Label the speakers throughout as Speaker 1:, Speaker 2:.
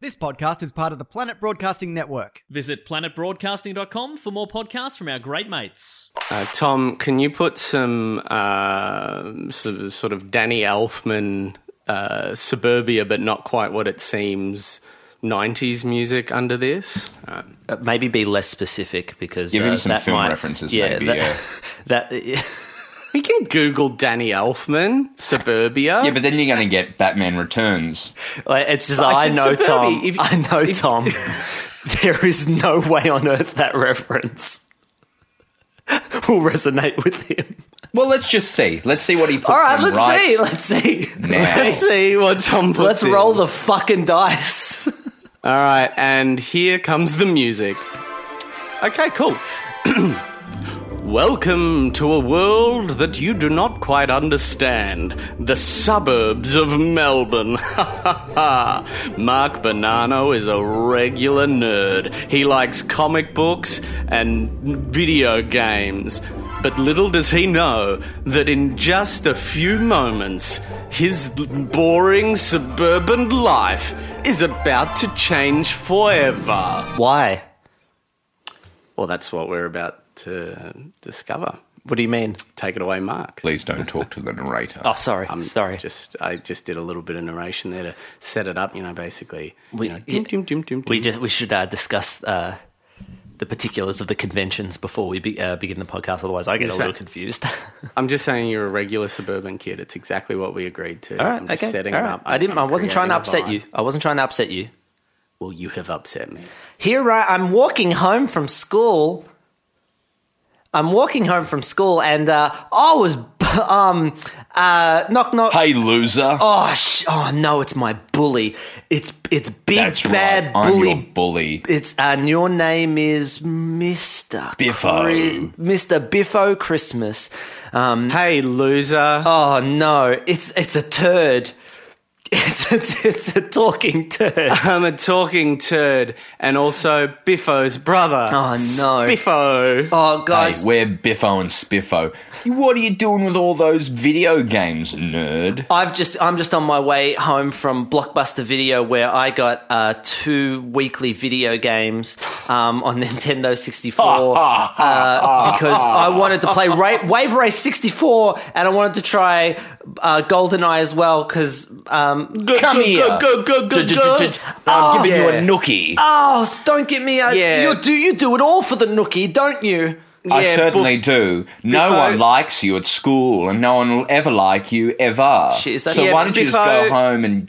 Speaker 1: This podcast is part of the Planet Broadcasting Network.
Speaker 2: Visit planetbroadcasting.com for more podcasts from our great mates.
Speaker 3: Uh, Tom, can you put some uh, sort, of, sort of Danny Elfman uh, suburbia, but not quite what it seems, 90s music under this? Uh,
Speaker 4: Uh, maybe be less specific because
Speaker 5: Give
Speaker 4: uh,
Speaker 5: him some
Speaker 4: that
Speaker 5: film
Speaker 4: might-
Speaker 5: references,
Speaker 4: Yeah,
Speaker 5: maybe,
Speaker 4: that, that
Speaker 3: we can Google Danny Elfman suburbia.
Speaker 5: Yeah, but then you're going to get Batman Returns.
Speaker 4: like, it's just
Speaker 3: I
Speaker 4: I,
Speaker 3: said
Speaker 4: know
Speaker 3: suburbi.
Speaker 4: Tom.
Speaker 3: If-
Speaker 4: I know Tom. there is no way on earth that reference will resonate with him.
Speaker 5: Well, let's just see. Let's see what he puts
Speaker 4: All right,
Speaker 5: in
Speaker 4: let's
Speaker 5: right
Speaker 4: see. Let's see.
Speaker 5: now.
Speaker 3: Let's see what Tom puts
Speaker 4: Let's
Speaker 3: in.
Speaker 4: roll the fucking dice.
Speaker 3: All right, and here comes the music. Okay, cool. Welcome to a world that you do not quite understand. The suburbs of Melbourne. Mark Bonanno is a regular nerd. He likes comic books and video games. But little does he know that in just a few moments, his boring suburban life is about to change forever.
Speaker 4: Why?
Speaker 3: Well, that's what we're about to discover.
Speaker 4: What do you mean?
Speaker 3: Take it away, Mark.
Speaker 5: Please don't talk to the narrator.
Speaker 4: Oh, sorry.
Speaker 3: I'm
Speaker 4: sorry.
Speaker 3: Um, Just I just did a little bit of narration there to set it up. You know, basically,
Speaker 4: We-
Speaker 3: you know, doom, doom, doom, doom,
Speaker 4: We
Speaker 3: doom.
Speaker 4: just we should uh, discuss uh, the particulars of the conventions before we be, uh, begin the podcast. Otherwise, I get a
Speaker 3: Just
Speaker 4: little
Speaker 3: that-
Speaker 4: confused.
Speaker 3: I'm just saying you're a regular suburban kid. It's exactly what we agreed to.
Speaker 4: All right,
Speaker 3: I'm just
Speaker 4: okay,
Speaker 3: setting
Speaker 4: all
Speaker 3: it
Speaker 4: right.
Speaker 3: up.
Speaker 4: I didn't. I
Speaker 3: I'm
Speaker 4: wasn't trying to
Speaker 3: creating a
Speaker 4: upset you.
Speaker 3: vibe.
Speaker 4: I wasn't trying to upset you.
Speaker 3: Well, you have upset me.
Speaker 4: Here I, I'm walking home from school. I'm walking home from school, and uh, I was um uh knock knock.
Speaker 5: hey, loser.
Speaker 4: Oh, sh- oh no! It's my bully. It's it's big
Speaker 5: That's
Speaker 4: bad
Speaker 5: right. I'm
Speaker 4: bully.
Speaker 5: your bully.
Speaker 4: It's and your name is Mister
Speaker 5: Biffo.
Speaker 4: Mister Biffo Christmas. Um,
Speaker 3: Hey, loser.
Speaker 4: oh no! It's it's a turd. It's a, it's a talking turd.
Speaker 3: I'm a talking turd, and also Biffo's brother.
Speaker 4: Oh, no.
Speaker 3: Biffo.
Speaker 4: Oh
Speaker 5: Hey,
Speaker 4: guys,
Speaker 5: we're Biffo and Spiffo. What are you doing with all those video games, nerd?
Speaker 4: I've just I'm just on my way home from Blockbuster Video where I got uh, two weekly video games um, on Nintendo 64 uh, because I wanted to play Ra- Wave Race 64 and I wanted to try uh, GoldenEye as well because um,
Speaker 5: Come here.
Speaker 3: go, go, go,
Speaker 5: D- d-
Speaker 3: go.
Speaker 5: d- d- I'm giving you a
Speaker 3: yeah.
Speaker 5: nookie.
Speaker 4: oh don't get me a,
Speaker 3: Yeah.
Speaker 4: you do you do it all for the nookie don't you?
Speaker 5: I
Speaker 3: Yeah,
Speaker 5: certainly do. No
Speaker 3: Biffo-
Speaker 5: one likes you at school, and no one will ever like you ever.
Speaker 4: Shit, is that-
Speaker 5: so
Speaker 4: Yeah,
Speaker 5: why don't you
Speaker 3: Biffo-
Speaker 5: just go home and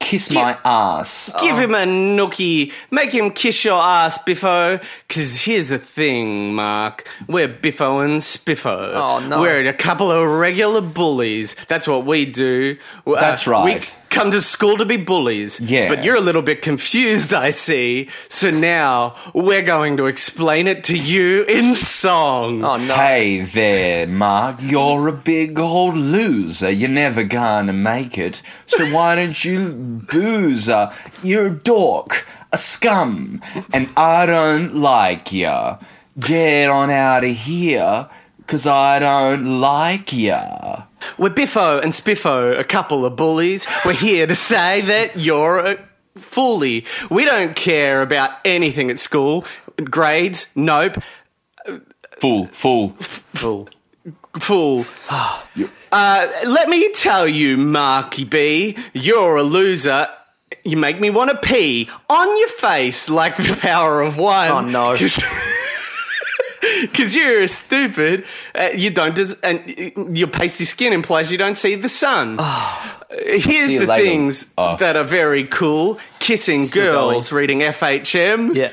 Speaker 5: kiss my ass?
Speaker 4: Oh,
Speaker 3: Give him a nookie. Make him kiss your ass, Biffo. Because here's the thing, Mark. We're Biffo and Spiffo.
Speaker 4: Oh, no.
Speaker 3: We're a couple of regular bullies. That's what we do. Uh,
Speaker 5: That's
Speaker 3: We
Speaker 5: right.
Speaker 3: c- come to school to be bullies.
Speaker 5: Yeah.
Speaker 3: But you're a little bit confused, I see. So now we're going to explain it to you in song.
Speaker 4: Oh no!
Speaker 5: Hey there, Mark. You're a big old loser. You're never gonna make it. So why don't you boozer? You're a dork, a scum, and I don't like ya. Get on out of here, cause I don't like ya.
Speaker 3: We're Biffo and Spiffo, a couple of bullies. We're here to say that you're a fully. We don't care about anything at school. Grades, nope.
Speaker 5: Fool, fool.
Speaker 3: Fool. Uh, let me tell you, Marky B, you're a loser. You make me want to pee on your face like the power of one.
Speaker 4: Oh, no.
Speaker 3: Because you're stupid. Uh, you don't des- and uh, your pasty skin implies you don't see the sun. Here's
Speaker 5: you
Speaker 3: the
Speaker 5: later.
Speaker 3: things
Speaker 5: Oh.
Speaker 3: that are very cool: kissing girls, reading FHM.
Speaker 4: Yeah.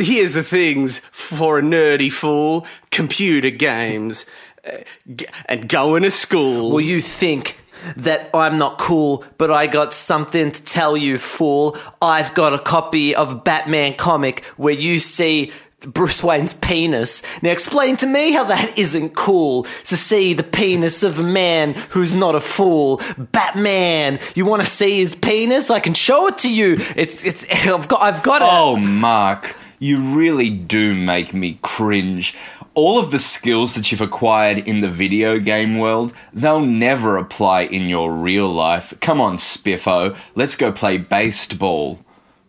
Speaker 3: Here's the things for a nerdy fool: computer games, uh, g- and going to school.
Speaker 4: Well, you think that I'm not cool, but I got something to tell you, fool. I've got a copy of a Batman comic where you see Bruce Wayne's penis. Now, explain to me how that isn't cool to see the penis of a man who's not a fool. Batman, you want to see his penis? I can show it to you. It's, it's, I've got, I've got it.
Speaker 5: Oh, Mark, you really do make me cringe. All of the skills that you've acquired in the video game world, they'll never apply in your real life. Come on, Spiffo, let's go play baseball.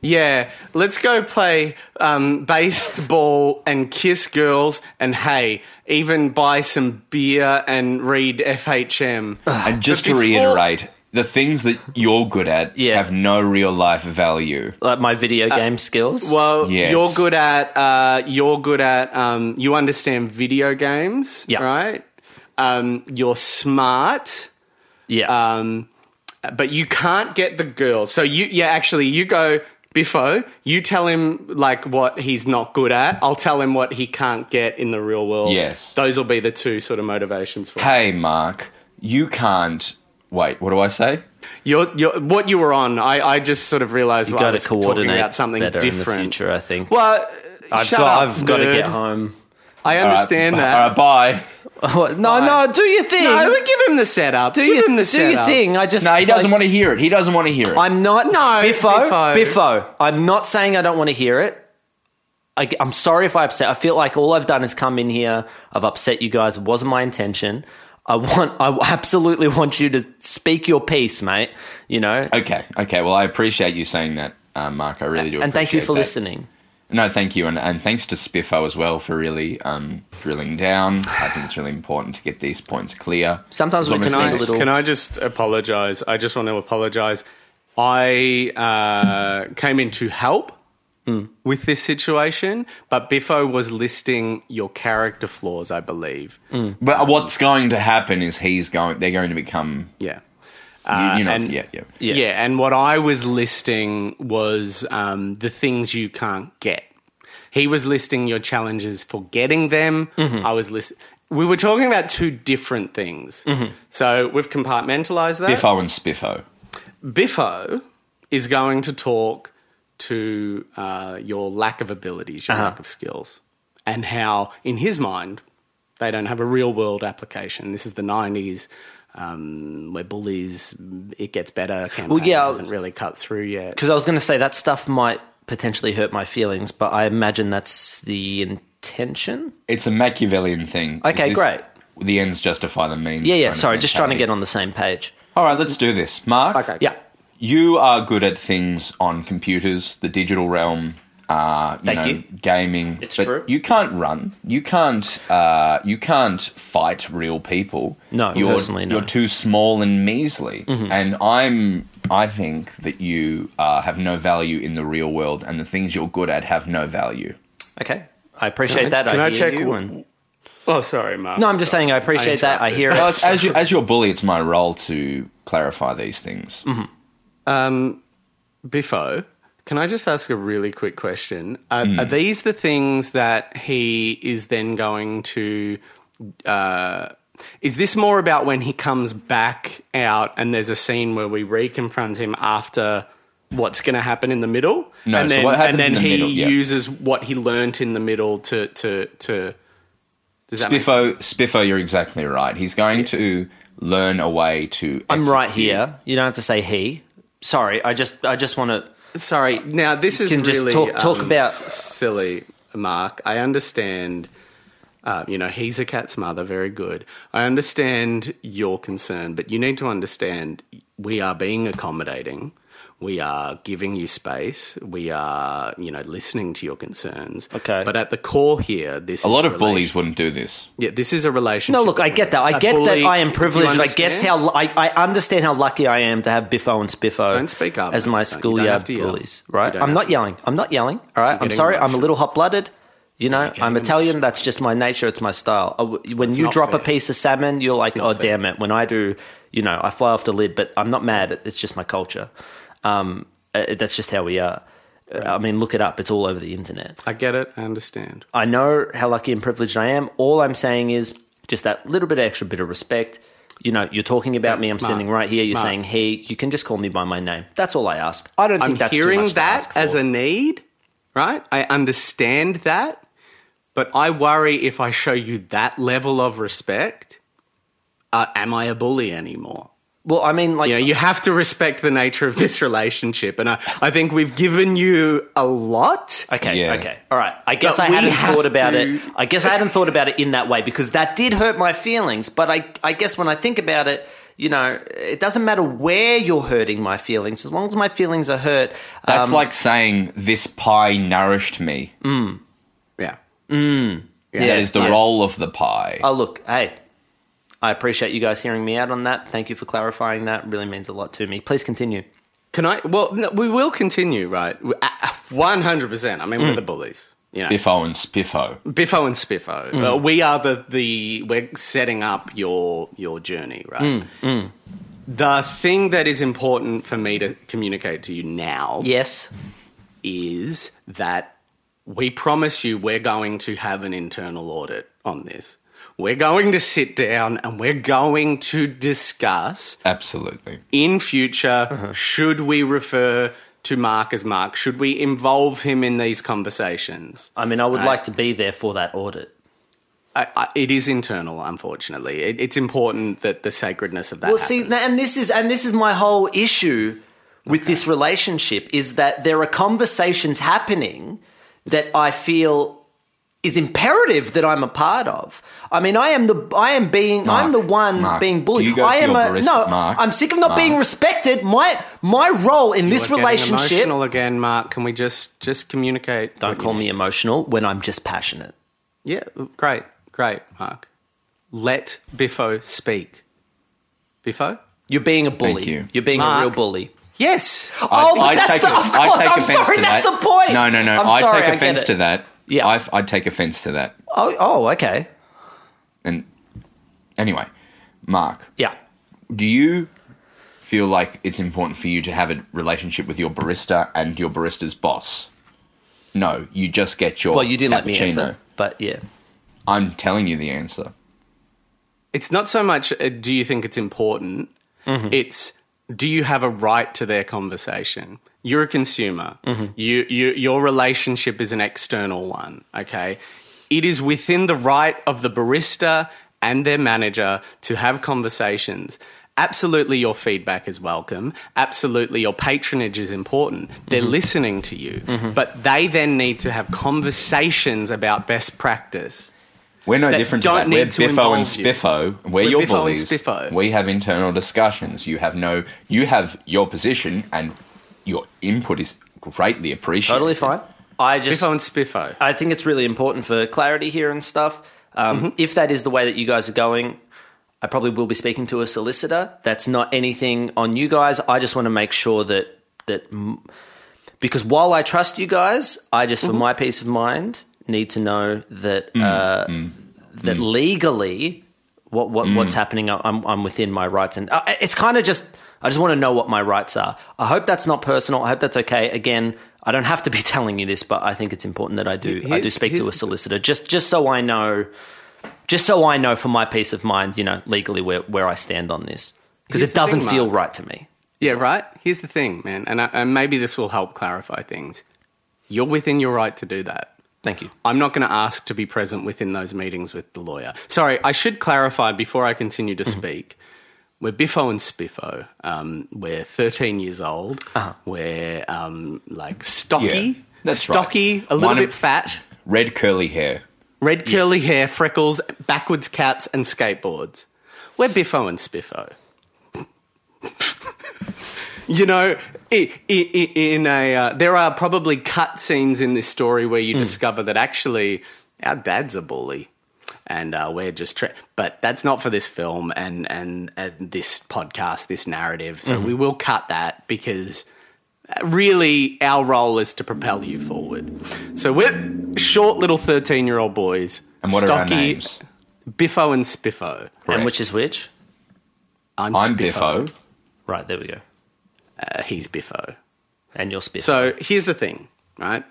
Speaker 3: Yeah, let's go play um, baseball and kiss girls and hey, even buy some beer and read FHM.
Speaker 5: And just
Speaker 3: But
Speaker 5: to
Speaker 3: before-
Speaker 5: reiterate, the things that you're good at
Speaker 4: Yeah.
Speaker 5: have no real life value.
Speaker 4: Like my video game skills.
Speaker 3: Uh, Well,
Speaker 5: Yes.
Speaker 3: you're good at uh, you're good at um, you understand video games,
Speaker 4: Yeah.
Speaker 3: right? Um, you're smart,
Speaker 4: yeah.
Speaker 3: um, but you can't get the girls. So you, yeah, actually, you go Biffo. You tell him like what he's not good at. I'll tell him what he can't get in the real world.
Speaker 5: Yes.
Speaker 3: those will be the two sort of motivations for.
Speaker 5: Hey, Mark, you can't. Wait, what do I say?
Speaker 3: You're, you're, what you were on, I, I just sort of realised well, I
Speaker 4: Got to
Speaker 3: was talking
Speaker 4: coordinate
Speaker 3: about something
Speaker 4: better
Speaker 3: different.
Speaker 4: in the future. I think.
Speaker 3: Well,
Speaker 4: I've
Speaker 3: shut
Speaker 4: got.
Speaker 3: up,
Speaker 4: I've got to
Speaker 3: nerd.
Speaker 4: get home.
Speaker 3: I understand that.
Speaker 5: All right, bye.
Speaker 4: What? No, no. Do your thing.
Speaker 3: No, we give him the setup.
Speaker 4: do
Speaker 3: give
Speaker 4: your,
Speaker 3: him the
Speaker 4: do
Speaker 3: setup.
Speaker 4: your thing. I just
Speaker 5: No, he doesn't
Speaker 4: like-
Speaker 5: want to hear it. He doesn't want to hear it.
Speaker 4: I'm not.
Speaker 3: No,
Speaker 4: Biffo,
Speaker 3: Biffo.
Speaker 4: Biffo. I'm not saying I don't want to hear it. I, am sorry if I upset. I feel like all I've done is come in here. I've upset you guys. It wasn't my intention. I want. I absolutely want you to speak your piece, mate. You know.
Speaker 5: okay, okay. Well, I appreciate you saying that, uh, Mark. I really do.
Speaker 4: and thank you
Speaker 5: appreciate
Speaker 4: for
Speaker 5: that.
Speaker 4: listening.
Speaker 5: No, thank you, and, and thanks to Spiffo as well for really um, drilling down. I think it's really important to get these points clear.
Speaker 4: Sometimes
Speaker 5: As
Speaker 4: we
Speaker 5: long
Speaker 4: can
Speaker 5: as
Speaker 4: need
Speaker 3: I,
Speaker 4: a
Speaker 5: things-
Speaker 4: little.
Speaker 3: can I just apologize? I just want to apologize. I uh, came in to help
Speaker 4: Hmm.
Speaker 3: with this situation, but Biffo was listing your character flaws, I believe.
Speaker 4: Hmm.
Speaker 5: But what's going to happen is he's going. They're going to become.
Speaker 3: Yeah.
Speaker 5: You,
Speaker 3: Uh,
Speaker 5: you know.
Speaker 3: and-
Speaker 5: yeah, yeah.
Speaker 3: yeah. and what I was listing was um, the things you can't get. He was listing your challenges for getting them. I was list. We were talking about two different things, so we've compartmentalized that.
Speaker 5: Biffo and Spiffo.
Speaker 3: Biffo is going to talk to uh, your lack of abilities,
Speaker 4: Uh-huh.
Speaker 3: your lack of skills, and how, in his mind, they don't have a real world application. This is the 90s. Um, where bullies, it gets better. Campaign well,
Speaker 4: yeah, I-
Speaker 3: hasn't really cut through yet.
Speaker 4: Because I was going to say that stuff might potentially hurt my feelings, but I imagine that's the intention.
Speaker 5: It's a Machiavellian thing.
Speaker 4: Okay,
Speaker 5: Is this-
Speaker 4: great.
Speaker 5: The ends justify the means.
Speaker 4: Yeah, yeah.
Speaker 5: kind of
Speaker 4: Sorry, just trying to
Speaker 5: mentality.
Speaker 4: get on the same page.
Speaker 5: All right, let's do this, Mark.
Speaker 3: Okay.
Speaker 4: Yeah.
Speaker 5: you are good at things on computers, the digital realm, uh, you
Speaker 4: Thank
Speaker 5: know,
Speaker 4: you.
Speaker 5: gaming.
Speaker 4: It's
Speaker 5: but
Speaker 4: true.
Speaker 5: You can't run. You can't. Uh, you can't fight real people.
Speaker 4: No,
Speaker 5: you're,
Speaker 4: personally, no. Mm-hmm.
Speaker 5: You're too small and measly. And I'm. I think that you uh, have no value in the real world, and the things you're good at have no value.
Speaker 4: Okay. I appreciate
Speaker 3: Can I-
Speaker 4: that.
Speaker 3: can
Speaker 4: I,
Speaker 3: I
Speaker 4: hear
Speaker 3: check
Speaker 4: you.
Speaker 3: w-
Speaker 4: and-
Speaker 3: Oh, sorry, Mark.
Speaker 4: No, I'm just saying I appreciate that. I
Speaker 3: interrupted.
Speaker 4: hear
Speaker 5: Well,
Speaker 4: it.
Speaker 5: it's- as, you, as your bully, it's my role to clarify these things.
Speaker 4: Mm-hmm.
Speaker 3: Um, Biffo, can I just ask a really quick question? Are,
Speaker 5: Mm.
Speaker 3: are these the things that he is then going to? Uh, is this more about when he comes back out and there's a scene where we reconfront him after? What's going to happen in the middle?
Speaker 5: No,
Speaker 3: and
Speaker 5: so
Speaker 3: then,
Speaker 5: what happens
Speaker 3: and then
Speaker 5: in the
Speaker 3: he
Speaker 5: middle, yeah.
Speaker 3: uses what he learnt in the middle to to to. Does that make sense?
Speaker 5: Spiffo, Spiffo, you're exactly right. He's going to learn a way to.
Speaker 4: I'm right
Speaker 5: execute.
Speaker 4: here. You don't have to say he. Sorry, I just I just want to.
Speaker 3: Sorry. Now this is
Speaker 4: can just
Speaker 3: really
Speaker 4: talk- talk
Speaker 3: um,
Speaker 4: about-
Speaker 3: s- silly, Mark. I understand. Uh, you know, he's a cat's mother. Very good. I understand your concern, but you need to understand we are being accommodating. We are giving you space. We are, you know, listening to your concerns.
Speaker 4: Okay.
Speaker 3: But at the core here, this
Speaker 5: A lot of bullies wouldn't do this.
Speaker 3: Yeah, this is a relationship.
Speaker 4: No, look, I get that. I
Speaker 3: A
Speaker 4: get
Speaker 3: bully-
Speaker 4: that I am
Speaker 3: Do you
Speaker 4: privileged. I guess
Speaker 3: understand?
Speaker 4: how lu- I, I understand how lucky I am to have Biffo and Spiffo
Speaker 3: Don't speak up,
Speaker 4: as
Speaker 3: mate.
Speaker 4: my
Speaker 3: Don't- you don't have
Speaker 4: schoolyard
Speaker 3: to yell.
Speaker 4: bullies.
Speaker 3: You
Speaker 4: Right?
Speaker 3: don't
Speaker 4: I'm
Speaker 3: have
Speaker 4: not
Speaker 3: to.
Speaker 4: yelling. I'm not yelling. All right. I'm
Speaker 3: getting
Speaker 4: sorry. I'm a
Speaker 3: emotional.
Speaker 4: little hot blooded. You know, I'm
Speaker 3: getting
Speaker 4: Italian. That's just my nature. It's my style. I w- When you
Speaker 3: not
Speaker 4: drop a
Speaker 3: fair.
Speaker 4: piece of salmon, you're like, oh damn it. When I do, you know, I fly off the lid. But I'm not mad. It's just my culture. Um, uh, that's just how we are. Uh, I mean, look it up. It's all over the internet.
Speaker 3: I get it. I understand.
Speaker 4: I know how lucky and privileged I am. All I'm saying is just that little bit extra bit of respect. You know, you're talking about me. I'm
Speaker 3: Mark,
Speaker 4: standing right here. You're
Speaker 3: Mark.
Speaker 4: saying he. You can just call me by my name. That's all I ask. I don't think
Speaker 3: I'm
Speaker 4: that's too
Speaker 3: hearing
Speaker 4: much to
Speaker 3: that
Speaker 4: ask for.
Speaker 3: as a need, right? I understand that, but I worry if I show you that level of respect, uh, am I a bully anymore?
Speaker 4: well, I mean, like
Speaker 3: You know, you have to respect the nature of this relationship, and I, I think we've given you a lot.
Speaker 4: Okay.
Speaker 5: Yeah.
Speaker 4: Okay. All right. I guess
Speaker 3: But
Speaker 4: I
Speaker 3: we
Speaker 4: hadn't
Speaker 3: have
Speaker 4: thought about
Speaker 3: to-
Speaker 4: it. I guess I hadn't thought about it in that way because that did hurt my feelings. But I, I guess when I think about it, you know, it doesn't matter where you're hurting my feelings, as long as my feelings are hurt. Uh,
Speaker 5: That's like saying this pie nourished me.
Speaker 3: Yeah.
Speaker 5: that is the
Speaker 4: Mm, yeah.
Speaker 5: role of the pie.
Speaker 4: oh, look, hey, I appreciate you guys hearing me out on that. Thank you for clarifying that. Really means a lot to me. Please continue.
Speaker 3: Can I? Well, no, we will continue, right? One hundred percent. I mean,
Speaker 4: Mm.
Speaker 3: we're the bullies. You know,
Speaker 5: Biffo and Spiffo.
Speaker 3: Biffo and Spiffo. Uh, we are the, the we're setting up your your journey, right? The thing that is important for me to communicate to you now
Speaker 4: Yes.
Speaker 3: is that we promise you we're going to have an internal audit on this. We're going to sit down and we're going to discuss
Speaker 5: Absolutely.
Speaker 3: in future should we refer to Mark as Mark? Should we involve him in these conversations?
Speaker 4: I mean, I would like to be there for that audit.
Speaker 3: I, I, it is internal, unfortunately. It, it's important that the sacredness of that.
Speaker 4: Well, see,
Speaker 3: happens.
Speaker 4: th- and this is and this is my whole issue with this relationship is that there are conversations happening that I feel is imperative that I'm a part of. I mean, I am the I am being I'm
Speaker 5: Mark,
Speaker 4: the one
Speaker 5: Mark,
Speaker 4: being bullied.
Speaker 5: do you go
Speaker 4: I
Speaker 5: for
Speaker 4: am
Speaker 5: your
Speaker 4: a
Speaker 5: barista,
Speaker 4: no.
Speaker 5: Mark?
Speaker 4: I'm sick of not
Speaker 5: Mark.
Speaker 4: being respected. My my role in this
Speaker 3: We're getting
Speaker 4: relationship.
Speaker 3: Emotional again, Mark. Can we just just communicate?
Speaker 4: Don't call me emotional when I'm just passionate.
Speaker 3: Yeah, great, great, Mark. Let Biffo speak. Biffo.
Speaker 4: You're being a bully.
Speaker 5: you.
Speaker 4: are being
Speaker 3: Mark.
Speaker 4: a real bully.
Speaker 3: Yes.
Speaker 4: Oh, but that's the,
Speaker 5: it-
Speaker 4: of course. I'm sorry, that's
Speaker 5: that.
Speaker 4: the point.
Speaker 5: No, no, no.
Speaker 4: I'm
Speaker 5: I
Speaker 4: sorry,
Speaker 5: take
Speaker 4: get
Speaker 5: offense
Speaker 4: it.
Speaker 5: to that.
Speaker 4: Yeah.
Speaker 5: I, I take offense to that.
Speaker 4: Oh, oh, okay.
Speaker 5: And anyway, Mark,
Speaker 4: Yeah.
Speaker 5: do you feel like it's important for you to have a relationship with your barista and your barista's boss? No, you just get your.
Speaker 4: Well, you didn't let me
Speaker 5: cappuccino.
Speaker 4: answer, but yeah.
Speaker 5: I'm telling you the answer.
Speaker 3: It's not so much uh, do you think it's important, it's do you have a right to their conversation? You're a consumer. You, you, your relationship is an external one, okay? It is within the right of the barista and their manager to have conversations. Absolutely, your feedback is welcome. Absolutely, your patronage is important. They're listening to you, but they then need to have conversations about best practice.
Speaker 5: We're no
Speaker 3: that
Speaker 5: different
Speaker 3: don't
Speaker 5: to that. We're
Speaker 3: need to
Speaker 5: Biffo and
Speaker 3: involve you.
Speaker 5: Spiffo. We're,
Speaker 3: We're
Speaker 5: your
Speaker 3: Biffo and
Speaker 5: bullies.
Speaker 3: Spiffo.
Speaker 5: We have internal discussions. You have no. You have your position, and your input is greatly appreciated.
Speaker 4: Totally fine. I just,
Speaker 3: Biffo and Spiffo.
Speaker 4: I think it's really important for clarity here and stuff. Um, If that is the way that you guys are going, I probably will be speaking to a solicitor. That's not anything on you guys. I just want to make sure that that m- because while I trust you guys, I just for
Speaker 3: Mm-hmm.
Speaker 4: my peace of mind need to know that
Speaker 3: Mm,
Speaker 4: uh, that legally what, what what's
Speaker 3: Mm.
Speaker 4: happening. I- I'm I'm within my rights, and uh, it's kind of just I just want to know what my rights are. I hope that's not personal. I hope that's okay. Again, I don't have to be telling you this, but I think it's important that I do. I do
Speaker 3: Here's-
Speaker 4: speak
Speaker 3: here's
Speaker 4: to a
Speaker 3: the-
Speaker 4: solicitor just just so I know, just so I know for my peace of mind, you know, legally where where I stand on this because
Speaker 3: Here's
Speaker 4: it
Speaker 3: the thing,
Speaker 4: doesn't feel
Speaker 3: Mark.
Speaker 4: right to me.
Speaker 3: Yeah, right. Here's the thing, man, and, I, and maybe this will help clarify things. You're within your right to do that.
Speaker 4: Thank you.
Speaker 3: I'm not going to ask to be present within those meetings with the lawyer. Sorry, I should clarify before I continue to
Speaker 5: Mm-hmm.
Speaker 3: speak. We're Biffo and Spiffo. Um, we're 13 years old. We're um, like stocky,
Speaker 5: Uh-huh. Yeah, that's right.
Speaker 3: stocky, a little
Speaker 5: One
Speaker 3: bit
Speaker 5: of-
Speaker 3: fat,
Speaker 5: Red curly hair.
Speaker 3: red curly hair, freckles, backwards caps, and skateboards. We're Biffo and Spiffo. you know, i i i in a uh, there are probably cut scenes in this story where
Speaker 5: Hmm.
Speaker 3: you discover that actually our dad's a bully, and uh, we're just. Tra- but that's not for this film and and and this podcast, this narrative. So
Speaker 5: Mm-hmm.
Speaker 3: we will cut that because really our role is to propel you forward. So we're short little thirteen-year-old boys,
Speaker 5: And what are our
Speaker 3: stocky,
Speaker 5: names?
Speaker 3: Biffo and Spiffo.
Speaker 5: Correct.
Speaker 4: And which is which?
Speaker 3: I'm,
Speaker 5: I'm
Speaker 3: Spiffo.
Speaker 5: Biffo.
Speaker 4: Right there we go.
Speaker 3: Uh, he's Biffo.
Speaker 4: And your spiff.
Speaker 3: So here's the thing, right?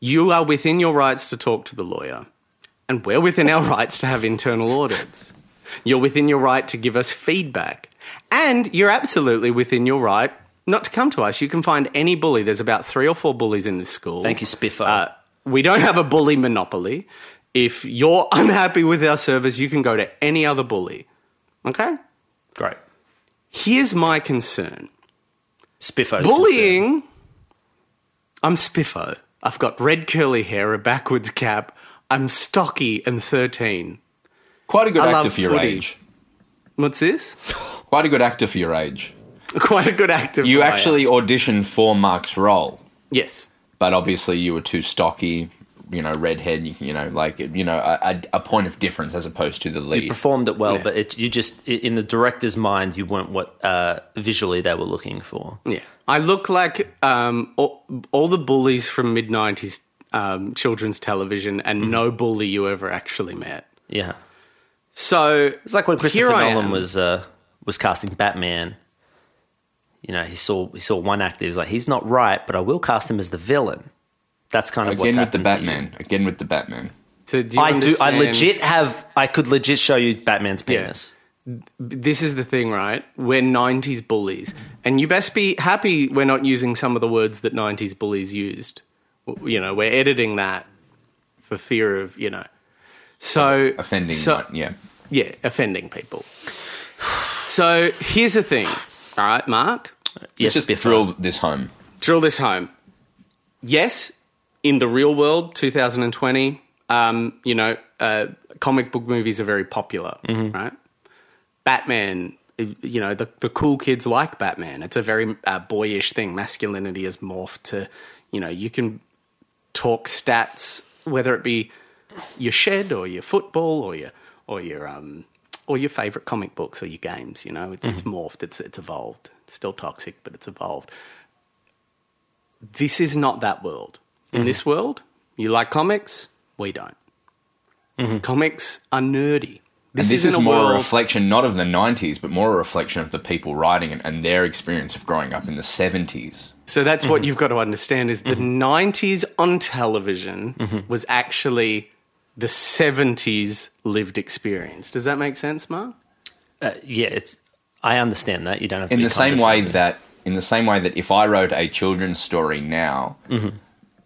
Speaker 3: You are within your rights to talk to the lawyer, and we're within our rights to have internal audits. You're within your right to give us feedback, and you're absolutely within your right not to come to us. You can find any bully. There's about three or four bullies in this school.
Speaker 4: Thank you, Spiffo.
Speaker 3: Uh, we don't have a bully monopoly. If you're unhappy with our service, you can go to any other bully. Okay?
Speaker 4: Great.
Speaker 3: Here's my concern.
Speaker 4: Spiffo.
Speaker 3: Bullying. I'm Spiffo. I've got red curly hair, a backwards cap. I'm stocky and 13.
Speaker 5: Quite a good
Speaker 3: I love
Speaker 5: actor for your
Speaker 3: footy.
Speaker 5: age.
Speaker 3: What's this?
Speaker 5: Quite a good actor for your age.
Speaker 3: Quite a good actor.
Speaker 5: You
Speaker 3: player.
Speaker 5: actually auditioned for Mark's role,
Speaker 3: yes.
Speaker 5: but obviously you were too stocky, you know, redhead, you, you know, like, you know, a, a, a point of difference as opposed to the lead.
Speaker 4: Performed it well, but it, you just i- in the director's mind, you weren't what uh, visually they were looking for.
Speaker 3: Yeah, I look like um, all, all the bullies from mid '90s um, children's television, and no bully you ever actually met.
Speaker 4: Yeah,
Speaker 3: So
Speaker 4: it's like when Christopher
Speaker 3: here I
Speaker 4: Nolan
Speaker 3: am.
Speaker 4: was uh, was casting Batman. You know, he saw he saw one actor. He was like, he's not right, but I will cast him as the villain. That's kind of what's
Speaker 5: Again with the
Speaker 4: happened to you.
Speaker 5: Batman. Again with the Batman.
Speaker 3: So do you
Speaker 4: I do. I
Speaker 3: understand-
Speaker 4: legit have. I could legit show you Batman's penis.
Speaker 3: This is the thing, right? We're '90s bullies, and you best be happy we're not using some of the words that '90s bullies used. W- You know, we're editing that for fear of you know. So
Speaker 5: Offending,
Speaker 3: so-
Speaker 5: right, yeah.
Speaker 3: yeah, offending people. So here's the thing, all right, Mark.
Speaker 4: Yes,
Speaker 5: Just
Speaker 4: Biffa.
Speaker 5: drill this home.
Speaker 3: drill this home. Yes, in the real world, 2020, um, you know, uh, comic book movies are very popular, right? Batman, you know, the, the cool kids like Batman. It's a very uh, boyish thing. Masculinity has morphed to, you know, you can talk stats, whether it be your shed or your football or your or your um or your favorite comic books or your games. You know, it's, it's
Speaker 5: Mm-hmm.
Speaker 3: morphed. It's it's evolved. It's still toxic, but it's evolved. This is not that world. In
Speaker 5: Mm-hmm.
Speaker 3: this world, you like comics. We don't. Comics are nerdy.
Speaker 5: Mm-hmm. And this
Speaker 3: isn't
Speaker 5: is
Speaker 3: a
Speaker 5: more a
Speaker 3: world-
Speaker 5: reflection not of the 90s, but more a reflection of the people writing it and their experience of growing up in the 70s.
Speaker 3: So that's what you've got to understand is the 90s on television was actually the 70s lived experience. Does that make sense, Mark?
Speaker 4: Uh, yeah, it's. I understand that you don't have to
Speaker 5: In
Speaker 4: be
Speaker 5: the same way
Speaker 4: condescending.
Speaker 5: that, in the same way that if I wrote a children's story now,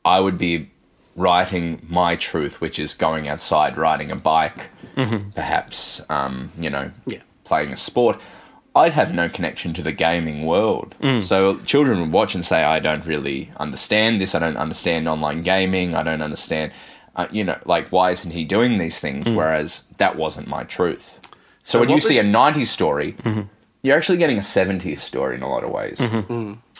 Speaker 5: I would be writing my truth, which is going outside, riding a bike, perhaps, um, you know,
Speaker 3: Yeah.
Speaker 5: playing a sport. I'd have no connection to the gaming world.
Speaker 3: Mm.
Speaker 5: So children would watch and say, I don't really understand this. I don't understand online gaming. I don't understand, uh, you know, like, why isn't he doing these things? Whereas that wasn't my truth. So, when you
Speaker 3: Mm. what
Speaker 5: see a
Speaker 3: was- Mm-hmm.
Speaker 5: 90s story, you're actually getting a 70s story in a lot of ways.
Speaker 3: Uh,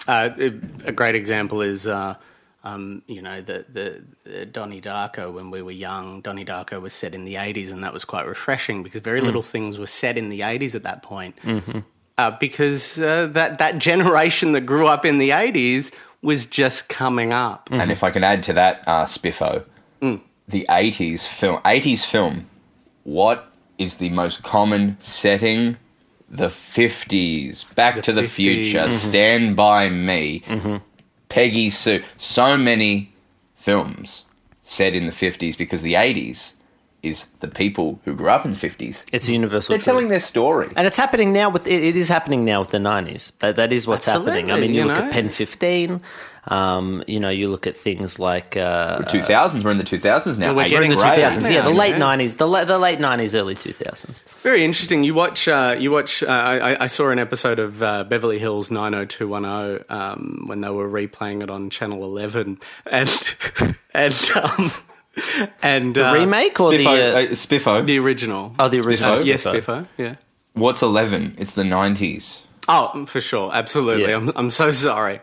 Speaker 3: a- a great example is, uh, um, you know, the, the, the Donnie Darko when we were young. Donnie Darko was set in the 80s, and that was quite refreshing because very little things were set in the 80s at that point. Uh, because uh, that, that generation that grew up in the 80s was just coming up.
Speaker 5: And if I can add to that, uh, Spiffo, the 80s film, 80s film, what is the most common setting? The 50s, Back to the
Speaker 3: 50s.
Speaker 5: Future, Stand By Me, Peggy Sue. So many films set in the 50s because the 80s is the people who grew up in the 50s.
Speaker 4: it's a universal.
Speaker 5: They're
Speaker 4: truth.
Speaker 5: telling their story.
Speaker 4: and it's happening now. With it, it is happening now with the nineties. That that is what's happening. I
Speaker 3: Absolutely,
Speaker 4: mean, you,
Speaker 3: you
Speaker 4: look
Speaker 3: know.
Speaker 4: at Pen Fifteen. Um, you know, you look at things like uh,
Speaker 5: 2000s, we're in the 2000s now.
Speaker 3: we're
Speaker 5: Eighties
Speaker 3: getting
Speaker 4: the two
Speaker 5: grade.
Speaker 4: thousands. Yeah, the
Speaker 3: now,
Speaker 4: late
Speaker 3: yeah.
Speaker 4: nineties, the la- the late nineties, early two thousands.
Speaker 3: It's very interesting. You watch. Uh, you watch. Uh, I, I- I saw an episode of uh, Beverly Hills 90210 um, when they were replaying it on Channel 11, and and um, and uh,
Speaker 4: Remake or
Speaker 5: Spiffo,
Speaker 4: the uh,
Speaker 5: uh, Spiffo,
Speaker 3: the original.
Speaker 4: oh the original?
Speaker 5: Spiffo?
Speaker 3: yes, Biffo. Yeah.
Speaker 5: what's 11? It's the 90s.
Speaker 3: Oh, for sure, absolutely.
Speaker 4: Yeah.
Speaker 3: I'm, I'm so sorry.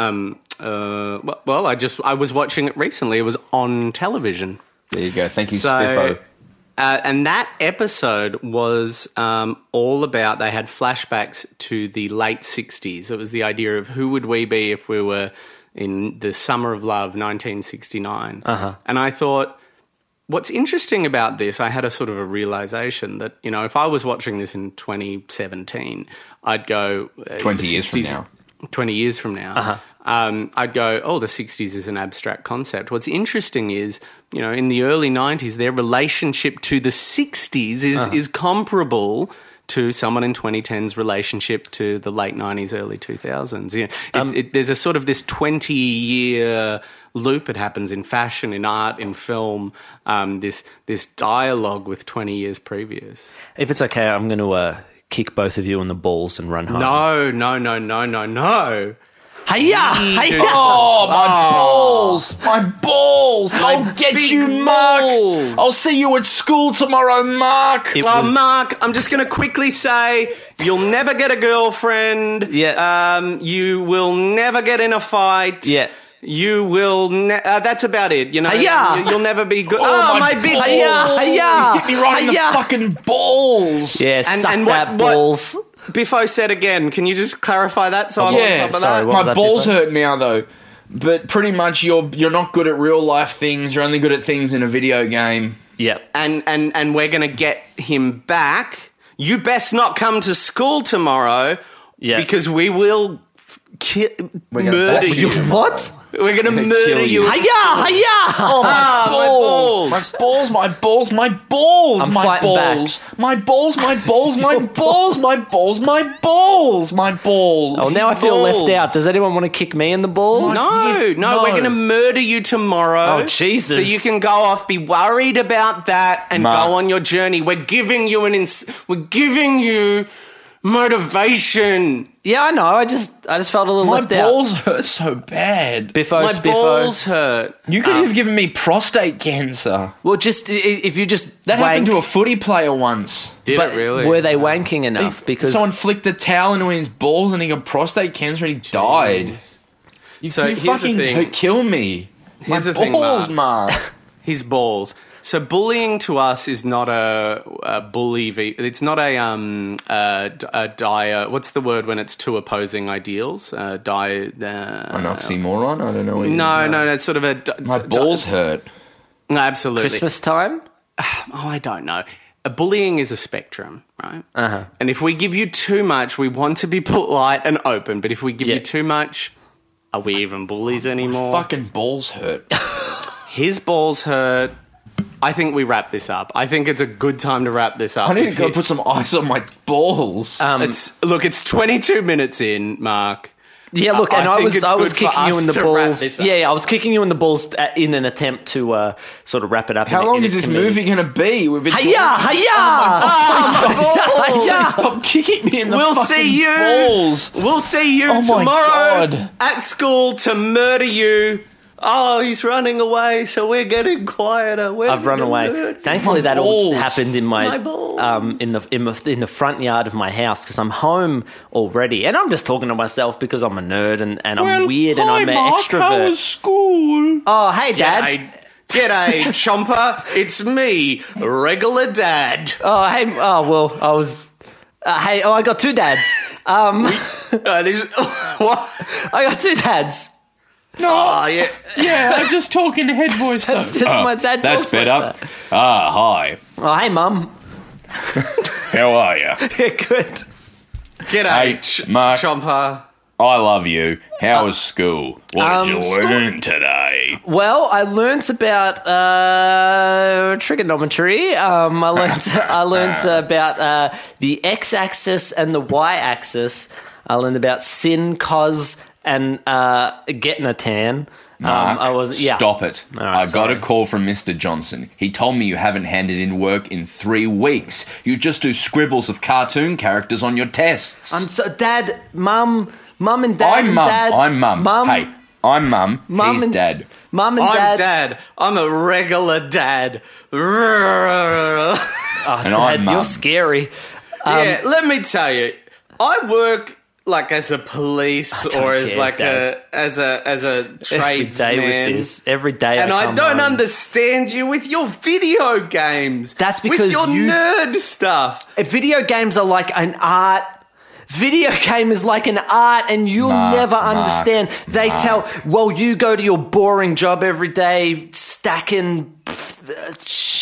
Speaker 3: Um, uh, well- well, I just I was watching it recently. It was on television.
Speaker 5: There you go. Thank you,
Speaker 3: So-
Speaker 5: Spiffo.
Speaker 3: Uh, and that episode was um, all about they had flashbacks to the late 60s. It was the idea of who would we be if we were in the summer of love, 1969.
Speaker 5: Uh-huh.
Speaker 3: And I thought, what's interesting about this, I had a sort of a realization that, you know, if I was watching this in 2017, I'd go. uh,
Speaker 5: 20
Speaker 3: the
Speaker 5: years from
Speaker 3: 60s
Speaker 5: now.
Speaker 3: 20 years from now, um, I'd go, oh, the 60s is an abstract concept. What's interesting is, you know, in the early 90s, their relationship to the 60s is, is comparable to someone in 2010's relationship to the late 90s, early 2000s. Yeah, it, it, there's a sort of this 20 year loop. It happens in fashion, in art, in film, um, this, this dialogue with 20 years previous.
Speaker 4: If it's okay, I'm going to uh, kick both of you in the balls and run home.
Speaker 3: No, no, no, no, no, no.
Speaker 4: Hiya! Hiya! Ah.
Speaker 5: Oh, my balls! My
Speaker 2: balls.
Speaker 5: balls! I'll
Speaker 2: mate.
Speaker 5: get
Speaker 3: big
Speaker 5: you, Mark.
Speaker 3: balls.
Speaker 5: I'll see you at school tomorrow, Mark.
Speaker 4: It
Speaker 3: Uh,
Speaker 4: was-
Speaker 3: Mark, I'm just going to quickly say you'll never get a girlfriend.
Speaker 4: Yeah. uh,
Speaker 3: Um, you will never get in a fight.
Speaker 4: Yeah.
Speaker 3: You will. Ne- uh, that's about it. You know.
Speaker 4: Hi-ya.
Speaker 3: You, will never be good.
Speaker 5: Oh,
Speaker 3: oh, my,
Speaker 5: my
Speaker 3: big
Speaker 5: balls.
Speaker 3: balls.
Speaker 4: Ah, Hi-ya. Hi-ya.
Speaker 5: You hit me right in the
Speaker 4: Hi-ya.
Speaker 5: fucking balls.
Speaker 4: Yeah,
Speaker 3: And-
Speaker 4: suck
Speaker 3: and what-
Speaker 4: that
Speaker 3: what-
Speaker 4: balls.
Speaker 3: Biffo said again. Can you just clarify that? So I'm
Speaker 5: Yeah.
Speaker 3: on top of
Speaker 4: Sorry,
Speaker 3: that.
Speaker 4: what- was
Speaker 5: my
Speaker 4: that
Speaker 5: balls
Speaker 4: before?
Speaker 5: hurt now though. But pretty much, you're you're not good at real life things. You're only good at things in a video game.
Speaker 4: Yep.
Speaker 3: And and and we're going to get him back. You best not come to school tomorrow.
Speaker 4: Yeah.
Speaker 3: Because we will. Ki-
Speaker 5: gonna
Speaker 3: murder
Speaker 5: fuck
Speaker 3: you.
Speaker 4: What?
Speaker 3: We're gonna
Speaker 5: Gonna
Speaker 3: murder
Speaker 5: kill
Speaker 3: you.
Speaker 5: you.
Speaker 4: Hiya! Hiya! Ah,
Speaker 5: Oh, my,
Speaker 3: balls.
Speaker 5: balls. my balls! My balls! My balls!
Speaker 4: I'm
Speaker 5: my
Speaker 4: fighting back.
Speaker 5: balls! My balls! My balls! My balls! My balls! My balls! My balls!
Speaker 4: Oh, now I feel
Speaker 3: balls.
Speaker 4: left out. Does anyone want to kick me in the balls?
Speaker 3: No, no,
Speaker 5: No.
Speaker 3: we're going to murder you tomorrow.
Speaker 4: Oh, Jesus.
Speaker 3: So you can go off, be worried about that, and
Speaker 5: Mark.
Speaker 3: go on your journey. We're giving you an ins- we're giving you motivation.
Speaker 4: Yeah, I know. I just, I just felt a little
Speaker 5: my
Speaker 4: left out.
Speaker 5: balls hurt so bad.
Speaker 4: Biffo,
Speaker 3: My
Speaker 4: Spiffo.
Speaker 3: balls hurt.
Speaker 5: you could have given me prostate cancer.
Speaker 4: Well, just i- if you just
Speaker 5: That
Speaker 4: wank,
Speaker 5: happened to a footy player once.
Speaker 3: Did
Speaker 4: but
Speaker 3: it really?
Speaker 4: Were they wanking enough? Because
Speaker 5: Someone flicked a towel into his balls and he got prostate cancer and he died. You,
Speaker 3: So
Speaker 5: you
Speaker 3: here's the
Speaker 5: fucking
Speaker 3: thing.
Speaker 5: kill me.
Speaker 3: Here's
Speaker 5: My
Speaker 3: the thing,
Speaker 5: balls,
Speaker 3: Mark.
Speaker 5: Mark.
Speaker 3: His balls. So bullying to us is not a, a bully. V- it's not a um a, a dire. What's the word when it's two opposing ideals? Uh, dire. Uh,
Speaker 5: An oxymoron? I don't know. What you-
Speaker 3: no, no, no. It's sort of a. d-
Speaker 5: My
Speaker 3: d-
Speaker 5: balls hurt.
Speaker 3: No, absolutely.
Speaker 4: Christmas time.
Speaker 3: oh, I don't know. A bullying is a spectrum, right? Uh-huh. And if we give you too much, we want to be polite and open. But if we give you too much, are we even bullies
Speaker 5: Oh,
Speaker 3: anymore?
Speaker 5: Fucking balls hurt.
Speaker 3: His balls hurt. I think we wrap this up. I think it's a good time to wrap this up.
Speaker 5: I need to
Speaker 3: If
Speaker 5: go
Speaker 3: you-
Speaker 5: put um, some ice on my balls.
Speaker 3: it's, look, it's 22 minutes in, Mark.
Speaker 4: Yeah, look,
Speaker 3: I
Speaker 4: and I,
Speaker 3: think
Speaker 4: was,
Speaker 3: it's
Speaker 4: I was
Speaker 3: good for
Speaker 4: kicking you
Speaker 3: us
Speaker 4: in the
Speaker 3: to wrap
Speaker 4: balls.
Speaker 3: this up.
Speaker 4: Yeah, yeah, I was kicking you in the balls uh, in an attempt to uh, sort of wrap it up.
Speaker 5: How
Speaker 4: in a-
Speaker 5: long
Speaker 4: in a
Speaker 5: is this
Speaker 4: comedic-
Speaker 5: movie going to be? We've been
Speaker 4: Hiya!
Speaker 3: Oh
Speaker 4: Hiya!
Speaker 5: Please stop kicking me in the
Speaker 3: We'll
Speaker 5: fucking
Speaker 3: see you.
Speaker 5: balls.
Speaker 3: We'll see you
Speaker 5: Oh my
Speaker 3: tomorrow
Speaker 5: God.
Speaker 3: at school to murder you. Oh, he's running away, so we're getting quieter. We're
Speaker 4: I've run
Speaker 3: gonna
Speaker 4: away.
Speaker 3: murder
Speaker 4: Thankfully, that all
Speaker 5: balls.
Speaker 4: happened in my,
Speaker 3: My balls.
Speaker 4: um in the in, the- in the front yard of my house because I'm home already, and I'm just talking to myself because I'm a nerd and, and I'm weird and I'm an extrovert.
Speaker 5: school?
Speaker 4: Oh, hey, Dad.
Speaker 3: G'day, g'day, Chomper. It's me, regular dad.
Speaker 4: Oh, hey. Oh, well, I was. Uh, hey, oh, I got two dads. Um,
Speaker 3: Uh, this- what?
Speaker 4: I got two dads.
Speaker 3: Oh, yeah.
Speaker 5: Yeah, I just talk in head voice.
Speaker 4: That's just my dad.
Speaker 5: Oh, That's
Speaker 4: talks like
Speaker 5: better.
Speaker 4: that.
Speaker 5: Ah, hi.
Speaker 4: Oh, hey, mum.
Speaker 5: How are you?
Speaker 4: Yeah, good.
Speaker 3: G'day,
Speaker 5: Hey,
Speaker 3: Ch-
Speaker 5: Mark.
Speaker 3: Chomper.
Speaker 5: I love you. How was school? What
Speaker 4: um,
Speaker 5: did you
Speaker 4: school-
Speaker 5: learn today?
Speaker 4: Well, I learnt about uh, trigonometry. Um, I learnt I learnt about uh, the x-axis and the y-axis. I learned about sin, cos, and uh, getting a tan. Um,
Speaker 5: Mark,
Speaker 4: I was yeah.
Speaker 5: Stop it.
Speaker 4: right,
Speaker 5: I got
Speaker 4: sorry.
Speaker 5: a call from Mr. Johnson. He told me you haven't handed in work in three weeks. You just do scribbles of cartoon characters on your tests.
Speaker 4: I'm so dad, mum, mum and dad.
Speaker 5: I'm
Speaker 4: and
Speaker 5: mum.
Speaker 4: Dad,
Speaker 5: I'm mum.
Speaker 4: Mum,
Speaker 5: Hey, I'm mum.
Speaker 4: Mum
Speaker 5: He's
Speaker 4: and-
Speaker 5: dad.
Speaker 4: mum and
Speaker 3: I'm
Speaker 4: dad.
Speaker 3: dad. I'm a regular dad.
Speaker 5: and
Speaker 4: Dad,
Speaker 5: I'm mum.
Speaker 4: you're scary. Um,
Speaker 3: yeah, let me tell you, I work like as a police
Speaker 4: don't
Speaker 3: or as
Speaker 4: care,
Speaker 3: like
Speaker 4: Dad.
Speaker 3: a as a as a
Speaker 4: Every day
Speaker 3: tradesman.
Speaker 4: with this. Every day.
Speaker 3: And I
Speaker 4: come
Speaker 3: don't
Speaker 4: home.
Speaker 3: understand you with your video games.
Speaker 4: That's
Speaker 3: with
Speaker 4: because
Speaker 3: your
Speaker 4: you-
Speaker 3: nerd stuff.
Speaker 4: Uh, Video games are like an art. Video game is like an art, and you'll
Speaker 5: Mark,
Speaker 4: never
Speaker 5: Mark,
Speaker 4: understand. They
Speaker 5: Mark.
Speaker 4: tell, well, you go to your boring job every day, stacking pff,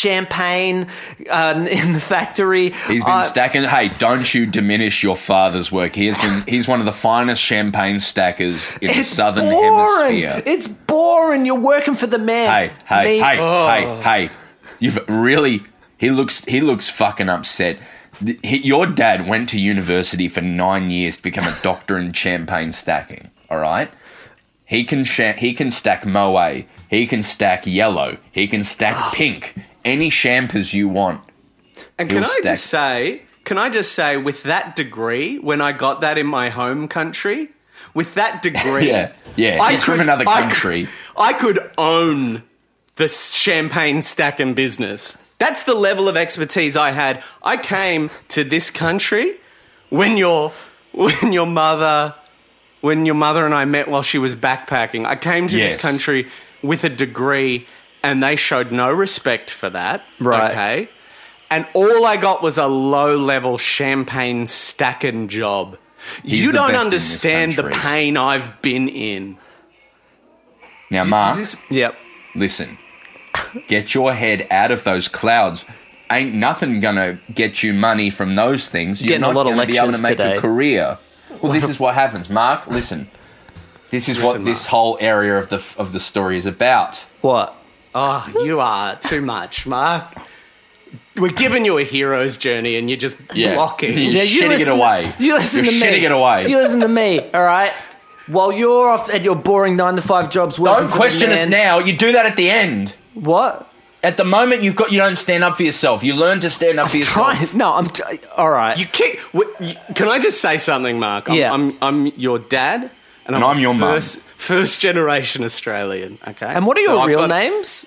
Speaker 4: champagne um, in the factory.
Speaker 5: He's been
Speaker 4: Uh,
Speaker 5: stacking. Hey, don't you diminish your father's work. He has been. He's one of the finest champagne stackers in the
Speaker 4: It's
Speaker 5: southern
Speaker 4: boring.
Speaker 5: hemisphere.
Speaker 4: It's boring. You're working for the
Speaker 5: hey,
Speaker 4: man.
Speaker 5: hey,
Speaker 4: Me-
Speaker 5: hey,
Speaker 3: Oh.
Speaker 5: hey, hey! You've really. He looks. He looks fucking upset. Th- he- your dad went to university for nine years to become a doctor in champagne stacking. All right. He can cha- he can stack moe. He can stack yellow. He can
Speaker 3: Ah.
Speaker 5: stack pink. Any champers you want.
Speaker 3: And can
Speaker 5: You'll
Speaker 3: I just say, can I just say, with that degree, when I got that in my home country, with that degree,
Speaker 5: Yeah, yeah.
Speaker 3: I
Speaker 5: he's from
Speaker 3: could-
Speaker 5: another
Speaker 3: I could-
Speaker 5: country.
Speaker 3: I could own the champagne stacking business. That's the level of expertise I had. I came to this country when your when your mother when your mother and I met while she was backpacking. I came to
Speaker 5: Yes.
Speaker 3: this country with a degree and they showed no respect for that.
Speaker 4: Right.
Speaker 3: Okay. And all I got was a low level champagne stacking job. you
Speaker 5: the
Speaker 3: don't
Speaker 5: best in this
Speaker 3: understand the
Speaker 5: country.
Speaker 3: pain I've been in.
Speaker 5: Now, Mark,
Speaker 3: Does this-
Speaker 4: Yep.
Speaker 5: listen. Get your head out of those clouds. Ain't nothing gonna get you money from those things. You're
Speaker 4: Getting a
Speaker 5: not
Speaker 4: lot of
Speaker 5: gonna be able to
Speaker 4: lectures
Speaker 5: make
Speaker 4: today.
Speaker 5: a career. Well, this is what happens, Mark. Listen, this is what
Speaker 3: Listen,
Speaker 5: this whole area of the of the story is about.
Speaker 4: What?
Speaker 3: Oh, you are too much, Mark. We're giving you a hero's journey and you're just
Speaker 5: Yeah.
Speaker 3: blocking.
Speaker 5: Yeah. You're shitting it away.
Speaker 4: You listen
Speaker 5: You're
Speaker 4: to me.
Speaker 5: shitting it away.
Speaker 4: You listen to me. All right. While you're off at your boring nine to five jobs, working
Speaker 5: Don't
Speaker 4: for the
Speaker 5: question us
Speaker 4: man-
Speaker 5: now. You do that at the end.
Speaker 4: What?
Speaker 5: At the moment, you've got you don't stand up for yourself. You learn to stand up for yourself.
Speaker 4: Try. No, I'm. T- all right.
Speaker 3: You kick. w- you- Can I just say something, Mark? I'm,
Speaker 4: Yeah.
Speaker 3: I'm, I'm your dad and,
Speaker 5: I'm your mum.
Speaker 3: first, first generation Australian, okay?
Speaker 4: and what are your
Speaker 3: I've
Speaker 4: real
Speaker 3: got-
Speaker 4: names?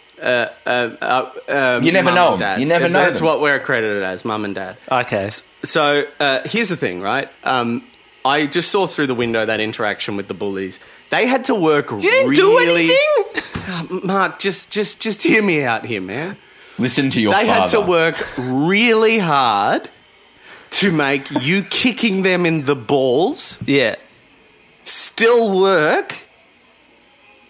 Speaker 5: You never
Speaker 3: mum
Speaker 5: know
Speaker 3: and
Speaker 5: 'em.
Speaker 3: dad.
Speaker 5: You never know
Speaker 3: That's
Speaker 5: them.
Speaker 3: what we're accredited as, mum and dad.
Speaker 4: Okay.
Speaker 3: So uh, here's the thing, right? Um, I just saw through the window that interaction with the bullies. They had to work
Speaker 4: You didn't do
Speaker 3: really. Oh,
Speaker 4: anything.
Speaker 3: Mark, just, just, just hear me out here, man.
Speaker 5: Listen to your
Speaker 3: They
Speaker 5: father.
Speaker 3: had to work really hard to make you kicking them in the balls
Speaker 4: Yeah.
Speaker 3: still work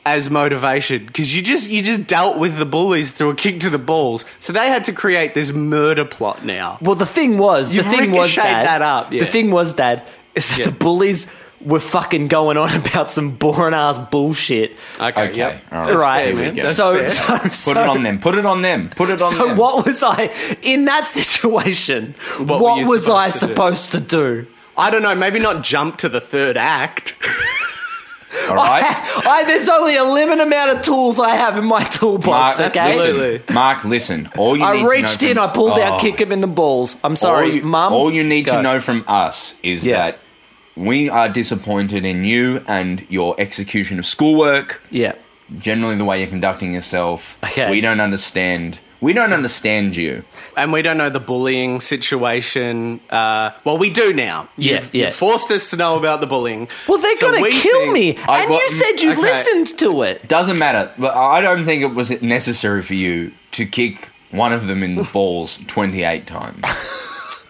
Speaker 3: as motivation because you just you just dealt with the bullies through a kick to the balls. So they had to create this murder plot now.
Speaker 4: Well, the thing was,
Speaker 3: You've
Speaker 4: the thing was,
Speaker 3: ricocheted
Speaker 4: Dad,
Speaker 3: that up, yeah.
Speaker 4: The thing was, Dad, is that
Speaker 3: Yeah.
Speaker 4: the bullies were fucking going on about some boring ass bullshit,
Speaker 3: Okay,
Speaker 5: Okay,
Speaker 3: yep.
Speaker 5: all right.
Speaker 3: Oh, That's
Speaker 4: right?
Speaker 3: fair,
Speaker 5: we
Speaker 3: man.
Speaker 5: go.
Speaker 3: That's
Speaker 4: so,
Speaker 3: fair.
Speaker 4: so, so,
Speaker 5: Put it on them. Put it on them. Put it on
Speaker 4: so
Speaker 5: them.
Speaker 4: what was I in that situation? What,
Speaker 3: were you
Speaker 4: was
Speaker 3: supposed
Speaker 4: I
Speaker 3: to do?
Speaker 4: supposed to do?
Speaker 3: I don't know. Maybe not jump to the third act.
Speaker 5: All right.
Speaker 4: I, there's only a limited amount of tools I have in my toolbox.
Speaker 5: Mark,
Speaker 4: okay,
Speaker 5: listen. Mark, listen. All you need
Speaker 4: I
Speaker 5: to know
Speaker 4: reached in,
Speaker 5: from-
Speaker 4: I pulled
Speaker 5: Oh.
Speaker 4: out, kick him in the balls. I'm
Speaker 5: all
Speaker 4: sorry,
Speaker 5: you,
Speaker 4: Mum.
Speaker 5: All you need
Speaker 4: Go.
Speaker 5: to know from us is
Speaker 4: Yeah.
Speaker 5: that we are disappointed in you and your execution of schoolwork.
Speaker 4: Yeah.
Speaker 5: Generally, the way you're conducting yourself.
Speaker 4: Okay.
Speaker 5: We don't understand. We don't understand you.
Speaker 3: and we don't know the bullying situation. Uh, well, we do now.
Speaker 4: Yeah,
Speaker 3: You've-
Speaker 4: yeah.
Speaker 3: you've forced us to know about the bullying.
Speaker 4: Well, they're
Speaker 3: So
Speaker 4: gonna
Speaker 3: we
Speaker 4: kill
Speaker 3: think-
Speaker 4: me,
Speaker 5: I
Speaker 4: and
Speaker 5: got-
Speaker 4: you said you
Speaker 3: okay.
Speaker 4: listened to it.
Speaker 5: Doesn't matter. But I don't think it was necessary for you to kick one of them in the balls 28 times.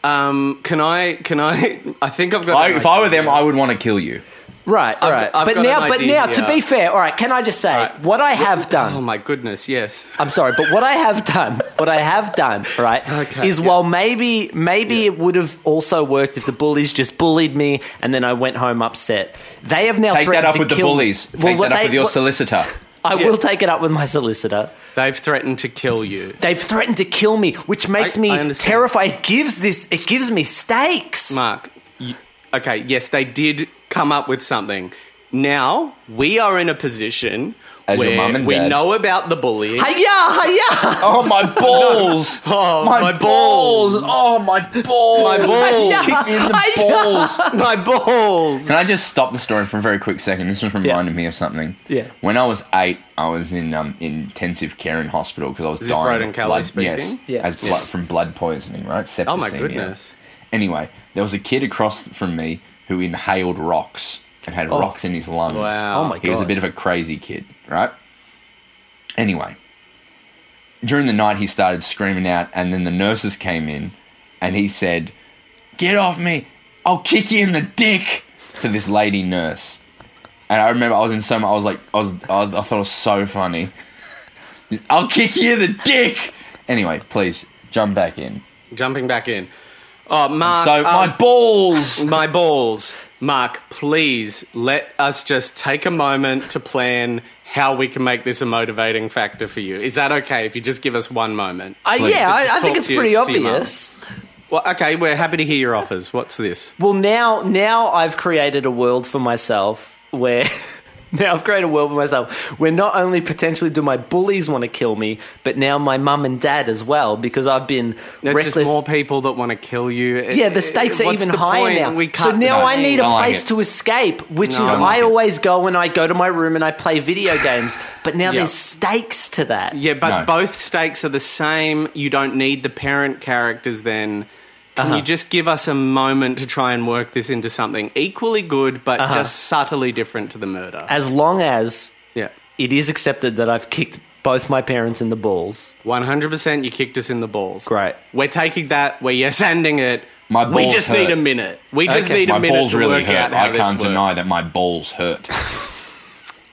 Speaker 3: Um, can I? Can I? I think I've got.
Speaker 4: Oh
Speaker 5: I,
Speaker 3: an
Speaker 5: if I were
Speaker 3: idea.
Speaker 5: them, I would want to kill you.
Speaker 4: Right, all right.
Speaker 3: I've
Speaker 4: but
Speaker 3: got
Speaker 4: now,
Speaker 3: an
Speaker 4: but
Speaker 3: idea
Speaker 4: now, to
Speaker 3: here.
Speaker 4: be fair, all right. Can I just say
Speaker 3: Alright.
Speaker 4: what I have
Speaker 3: Oh
Speaker 4: done?
Speaker 3: my goodness! Yes.
Speaker 4: I'm sorry, but what I have done, what I have done, right,
Speaker 3: Okay,
Speaker 4: is
Speaker 3: yeah.
Speaker 4: while maybe maybe it would have also worked if the bullies just bullied me and then I went home upset. They have now
Speaker 5: Take that
Speaker 4: threatened
Speaker 5: up
Speaker 4: to
Speaker 5: with the
Speaker 4: kill-
Speaker 5: bullies. Take
Speaker 4: Well, what
Speaker 5: that up
Speaker 4: they-
Speaker 5: with your
Speaker 4: what-
Speaker 5: solicitor.
Speaker 4: I
Speaker 3: Yeah.
Speaker 4: will take it up with my solicitor.
Speaker 3: They've threatened to kill you.
Speaker 4: They've threatened to kill me, which makes
Speaker 3: I
Speaker 4: me
Speaker 3: understand.
Speaker 4: terrified. It gives this. It gives me stakes.
Speaker 3: Mark, you, okay, yes, they did come up with something. Now we are in a position
Speaker 5: As your
Speaker 3: where
Speaker 5: mum and
Speaker 3: we
Speaker 5: dad.
Speaker 3: know about the bullying.
Speaker 4: Uh, Hiya, hiya,
Speaker 5: Oh, my balls!
Speaker 3: Oh, my balls.
Speaker 5: Oh, my balls!
Speaker 3: My balls.
Speaker 5: Kick me in the
Speaker 4: I-
Speaker 5: balls!
Speaker 3: My balls.
Speaker 5: Can I just stop the story for a very quick second? This just reminded me of something.
Speaker 4: Yeah.
Speaker 5: When I was eight, I was in um, intensive care in hospital because I was
Speaker 3: this
Speaker 5: dying.
Speaker 3: Braden
Speaker 5: of
Speaker 3: Kelly
Speaker 5: blood,
Speaker 3: speaking?
Speaker 5: Yes,
Speaker 4: Yeah.
Speaker 5: as blood from blood poisoning, right? Septicemia.
Speaker 3: Oh my goodness.
Speaker 5: Anyway, there was a kid across from me who inhaled rocks and had rocks in his lungs.
Speaker 3: Wow.
Speaker 4: Oh my
Speaker 5: He was a
Speaker 4: God.
Speaker 5: bit of a crazy kid, right? Anyway, during the night he started screaming out, and then the nurses came in, and he said, "Get off me! I'll kick you in the dick!" to this lady nurse. And I remember I was in so much, I was like, I was, I, I thought it was so funny. I'll kick you in the dick. Anyway, please jump back in.
Speaker 3: Jumping back in. Oh, Mark.
Speaker 5: So
Speaker 3: um,
Speaker 5: my balls.
Speaker 3: my balls. Mark, please let us just take a moment to plan how we can make this a motivating factor for you. Is that okay if you just give us one moment?
Speaker 4: Uh,
Speaker 5: Please,
Speaker 4: yeah,
Speaker 3: just
Speaker 4: I, I think
Speaker 3: talk
Speaker 4: it's
Speaker 3: to your-
Speaker 4: pretty
Speaker 3: to your mum.
Speaker 4: obvious.
Speaker 3: Well, okay, we're happy to hear your offers. What's this?
Speaker 4: Well, now now I've created a world for myself where Now I've created a world for myself where not only potentially do my bullies want to kill me, but now my mum and dad as well because I've been
Speaker 3: It's
Speaker 4: reckless.
Speaker 3: just more people that want to kill you. It-
Speaker 4: yeah, the stakes
Speaker 3: it-
Speaker 4: are
Speaker 3: what's
Speaker 4: even
Speaker 3: the
Speaker 4: higher
Speaker 3: point?
Speaker 4: now.
Speaker 3: We
Speaker 4: so
Speaker 3: can't-
Speaker 4: now I need a
Speaker 5: Don't like
Speaker 4: place
Speaker 5: it.
Speaker 4: to escape, which is
Speaker 5: don't
Speaker 4: I
Speaker 5: like it.
Speaker 4: always go when I go to my room and I play video games. But now
Speaker 3: Yeah.
Speaker 4: there's stakes to that.
Speaker 3: Yeah, but
Speaker 5: No.
Speaker 3: both stakes are the same. You don't need the parent characters then.
Speaker 4: Uh-huh.
Speaker 3: Can you just give us a moment to try and work this into something equally good, but
Speaker 4: Uh-huh.
Speaker 3: just subtly different to the murder?
Speaker 4: As long as
Speaker 3: yeah.
Speaker 4: it is accepted that I've kicked both my parents in the balls.
Speaker 3: 100% you kicked us in the balls.
Speaker 4: Great.
Speaker 3: We're taking that, we're yes ending it.
Speaker 5: My
Speaker 3: we
Speaker 5: balls
Speaker 3: just
Speaker 5: hurt.
Speaker 3: need a minute. We just
Speaker 4: Okay.
Speaker 3: need a
Speaker 5: my
Speaker 3: minute
Speaker 5: balls
Speaker 3: to
Speaker 5: really
Speaker 3: work out
Speaker 5: hurt.
Speaker 3: how
Speaker 5: I
Speaker 3: this
Speaker 5: can't
Speaker 3: works.
Speaker 5: deny that my balls hurt.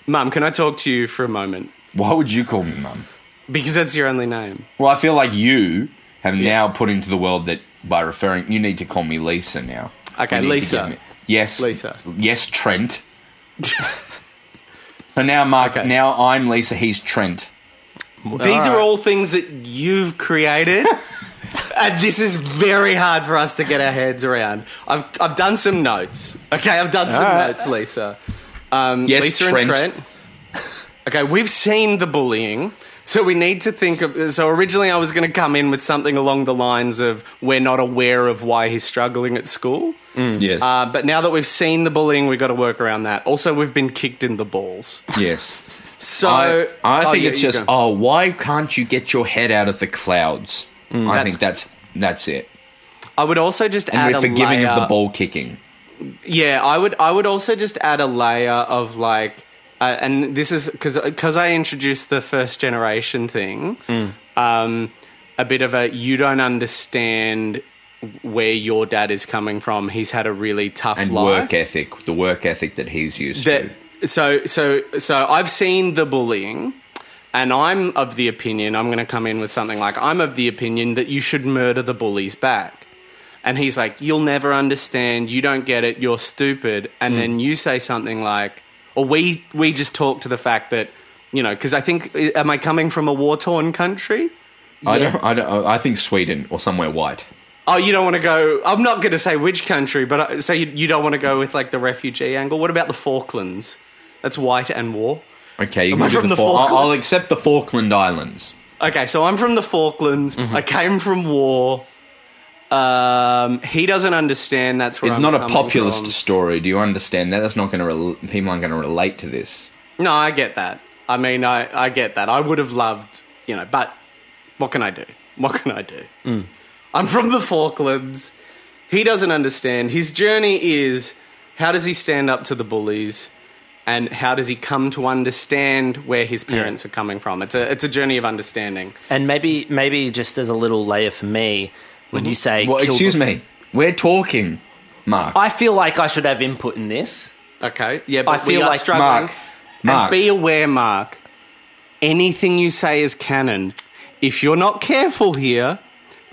Speaker 3: Mum, can I talk to you for a moment?
Speaker 5: Why would you call me mum?
Speaker 3: Because that's your only name.
Speaker 5: Well, I feel like you have now put into the world that by referring, you need to call me Lisa now.
Speaker 3: Okay,
Speaker 5: You need to
Speaker 3: Lisa.
Speaker 5: give me- yes,
Speaker 3: Lisa.
Speaker 5: Yes, Trent. so now, Mark.
Speaker 3: Okay.
Speaker 5: Now I'm Lisa. He's Trent.
Speaker 3: These are all things that you've created. and this is very hard for us to get our heads around. I've, I've done some notes. Okay, I've done some
Speaker 4: right.
Speaker 3: notes, Lisa. Um,
Speaker 5: Yes,
Speaker 3: Lisa and
Speaker 5: Trent.
Speaker 3: Trent. Okay, we've seen the bullying. So we need to think of. So originally, I was going to come in with something along the lines of we're not aware of why he's struggling at school.
Speaker 5: Yes.
Speaker 3: Uh, but now that we've seen the bullying, we've got to work around that. Also, we've been kicked in the balls.
Speaker 5: yes.
Speaker 3: So
Speaker 5: I, I
Speaker 3: Oh,
Speaker 5: think
Speaker 3: yeah,
Speaker 5: it's
Speaker 3: you go.
Speaker 5: just oh, why can't you get your head out of the clouds? I
Speaker 3: Hmm. That's-
Speaker 5: think that's that's it.
Speaker 3: I would also just add
Speaker 5: And we're
Speaker 3: a
Speaker 5: forgiving of the
Speaker 3: layer-
Speaker 5: ball kicking.
Speaker 3: Yeah, I would. I would also just add a layer of like, uh, and this is because because I introduced the first generation thing.
Speaker 5: Mm.
Speaker 3: Um, a bit of a you don't understand where your dad is coming from. He's had a really tough
Speaker 5: and
Speaker 3: life.
Speaker 5: work ethic, the work ethic that he's used
Speaker 3: that
Speaker 5: to.
Speaker 3: so so so I've seen the bullying and I'm of the opinion I'm going to come in with something like I'm of the opinion that you should murder the bullies back. And he's like you'll never understand, you don't get it, you're stupid. And then you say something like or we we just talk to the fact that you know because I think am I coming from a war torn country?
Speaker 5: I don't. I don't. I think Sweden or somewhere white.
Speaker 3: Oh, you don't want to go. I'm not going to say which country, but I, so you, you don't want to go with like the refugee angle. What about the Falklands? That's white and war.
Speaker 5: Okay, you
Speaker 3: Am
Speaker 5: can
Speaker 3: I
Speaker 5: do
Speaker 3: from the
Speaker 5: the Fal- I'll, I'll
Speaker 3: Falklands?
Speaker 5: accept the Falkland Islands.
Speaker 3: Okay, so I'm from the Falklands. I came from war. Um, he doesn't understand. That's where
Speaker 5: It's
Speaker 3: I'm
Speaker 5: not a
Speaker 3: coming
Speaker 5: populist
Speaker 3: from.
Speaker 5: story. Do you understand that? That's not going to. Rel- people aren't going to relate to this.
Speaker 3: No, I get that. I mean, I, I get that. I would have loved, you know, but what can I do? What can I do? I'm from the Falklands. He doesn't understand. His journey is how does he stand up to the bullies and how does he come to understand where his parents are coming from? It's a, it's a journey of understanding.
Speaker 4: And maybe, maybe just as a little layer for me, when you say,
Speaker 5: Well,
Speaker 4: kill
Speaker 5: excuse
Speaker 4: the-
Speaker 5: me. We're talking, Mark.
Speaker 4: I feel like I should have input in this.
Speaker 3: Okay. Yeah, but
Speaker 4: feel
Speaker 3: we are
Speaker 4: like
Speaker 3: struggling.
Speaker 5: Mark, Mark.
Speaker 3: And be aware, Mark. Anything you say is canon. If you're not careful here,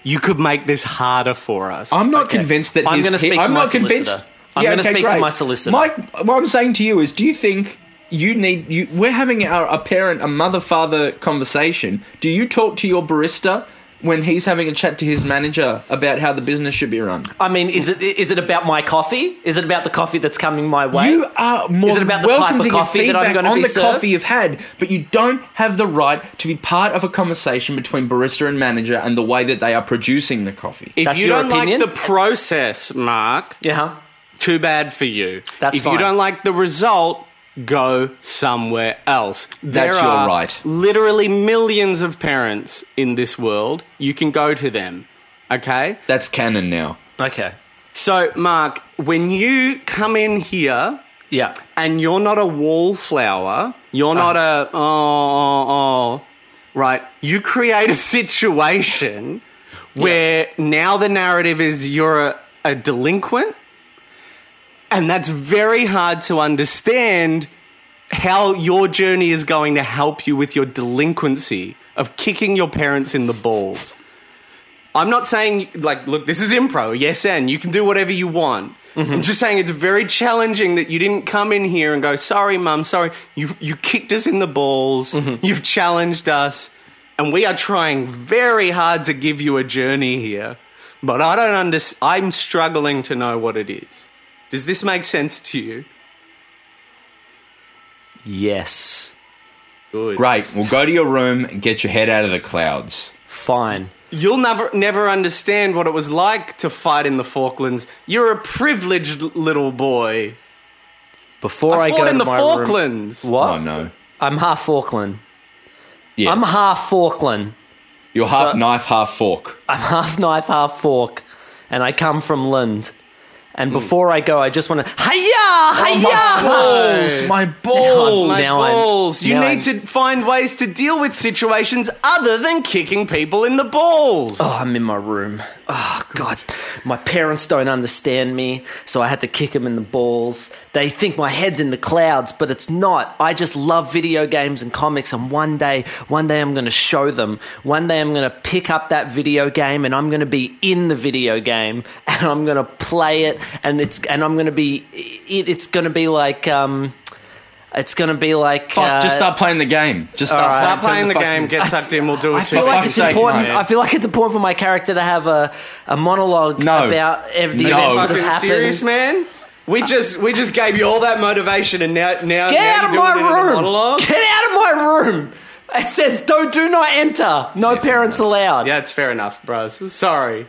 Speaker 3: you could make this harder for us.
Speaker 5: I'm not
Speaker 4: Okay.
Speaker 5: convinced that
Speaker 4: I'm
Speaker 5: his
Speaker 4: gonna
Speaker 5: hit-
Speaker 4: speak to
Speaker 5: I'm
Speaker 4: my
Speaker 5: not convinced.
Speaker 4: solicitor. I'm gonna speak to my solicitor.
Speaker 5: Mike, what I'm saying to you is, do you think you need? You, we're having our, a parent, a mother, father conversation. Do you talk to your barista when he's having a chat to his manager about how the business should be run?
Speaker 4: I mean, is it is it about my coffee? Is it about the coffee that's coming my way?
Speaker 5: You are more
Speaker 4: Is it
Speaker 5: than
Speaker 4: about the
Speaker 5: welcome
Speaker 4: type of
Speaker 5: to
Speaker 4: coffee
Speaker 5: give
Speaker 4: that I'm
Speaker 5: feedback
Speaker 4: gonna
Speaker 5: on
Speaker 4: be
Speaker 5: the
Speaker 4: served?
Speaker 5: coffee you've had, but you don't have the right to be part of a conversation between barista and manager and the way that they are producing the coffee.
Speaker 3: if
Speaker 4: That's
Speaker 3: you
Speaker 4: your
Speaker 3: don't
Speaker 4: opinion?
Speaker 3: like the process, Mark,
Speaker 4: yeah.
Speaker 3: too bad for you.
Speaker 4: That's
Speaker 3: if
Speaker 4: fine.
Speaker 3: you don't like the result, go somewhere else. There
Speaker 5: That's your
Speaker 3: are
Speaker 5: right.
Speaker 3: Literally millions of parents in this world. You can go to them. Okay?
Speaker 5: That's canon now.
Speaker 4: Okay.
Speaker 3: So, Mark, when you come in here
Speaker 4: Yeah.
Speaker 3: and you're not a wallflower, you're not a oh, oh, oh, right? You create a situation where now the narrative is you're a, a delinquent, and that's very hard to understand how your journey is going to help you with your delinquency of kicking your parents in the balls. I'm not saying like, look, this is improv. Yes, and you can do whatever you want.
Speaker 4: Mm-hmm.
Speaker 3: I'm just saying it's very challenging that you didn't come in here and go, sorry, mum, sorry. You you kicked us in the balls.
Speaker 4: Mm-hmm.
Speaker 3: You've challenged us, and we are trying very hard to give you a journey here. But I don't under. I'm struggling to know what it is. Does this make sense to you?
Speaker 4: Yes.
Speaker 3: Good.
Speaker 5: Great. Well, go to your room and get your head out of the clouds.
Speaker 4: Fine.
Speaker 3: You'll never never understand what it was like to fight in the Falklands. You're a privileged l- little boy.
Speaker 4: Before I,
Speaker 3: I
Speaker 4: go
Speaker 3: fought in
Speaker 4: to
Speaker 3: the
Speaker 4: my room-
Speaker 3: Falklands.
Speaker 4: what?
Speaker 5: Oh no.
Speaker 4: I'm half Falkland.
Speaker 5: Yes.
Speaker 4: I'm half Falkland.
Speaker 5: You're half knife, half fork.
Speaker 4: I'm half knife, half fork, and I come from Lund.
Speaker 5: Hmm.
Speaker 4: And before I go, I just want to hiya,
Speaker 5: Oh,
Speaker 4: hiya.
Speaker 5: balls! My
Speaker 4: balls!
Speaker 5: balls!
Speaker 3: My
Speaker 4: Now I'm-
Speaker 3: balls. you
Speaker 4: now
Speaker 3: need
Speaker 4: I'm-
Speaker 3: to find ways to deal with situations other than kicking people in the balls.
Speaker 4: Oh, I'm in my room. Oh God, my parents don't understand me, so I had to kick them in the balls. They think my head's in the clouds, but it's not. I just love video games and comics, and one day, one day I'm going to show them. One day I'm going to pick up that video game, and I'm going to be in the video game, and I'm going to play it, and it's and I'm going to be. It, it's going to be like. um it's gonna be like
Speaker 5: Fuck,
Speaker 4: uh,
Speaker 5: just start playing the game. Just start,
Speaker 3: Stop
Speaker 5: start
Speaker 3: playing the, game. Get sucked in. We'll do it
Speaker 4: I
Speaker 3: too.
Speaker 4: feel like
Speaker 5: fuck's
Speaker 4: it's
Speaker 5: sake,
Speaker 4: important.
Speaker 5: mate.
Speaker 4: I feel like it's important for my character to have a, a monologue
Speaker 5: No.
Speaker 4: about ev- the
Speaker 5: No.
Speaker 4: events that have
Speaker 3: fucking
Speaker 4: happened.
Speaker 3: serious, man. We just we just gave you all that motivation, and now now
Speaker 4: Get
Speaker 3: now
Speaker 4: out of
Speaker 3: you're doing it in a
Speaker 4: my room!
Speaker 3: monologue?
Speaker 4: Get out of my room! It says, "Don't do not enter. No parents allowed."
Speaker 3: Yeah, it's fair enough, bros. Sorry.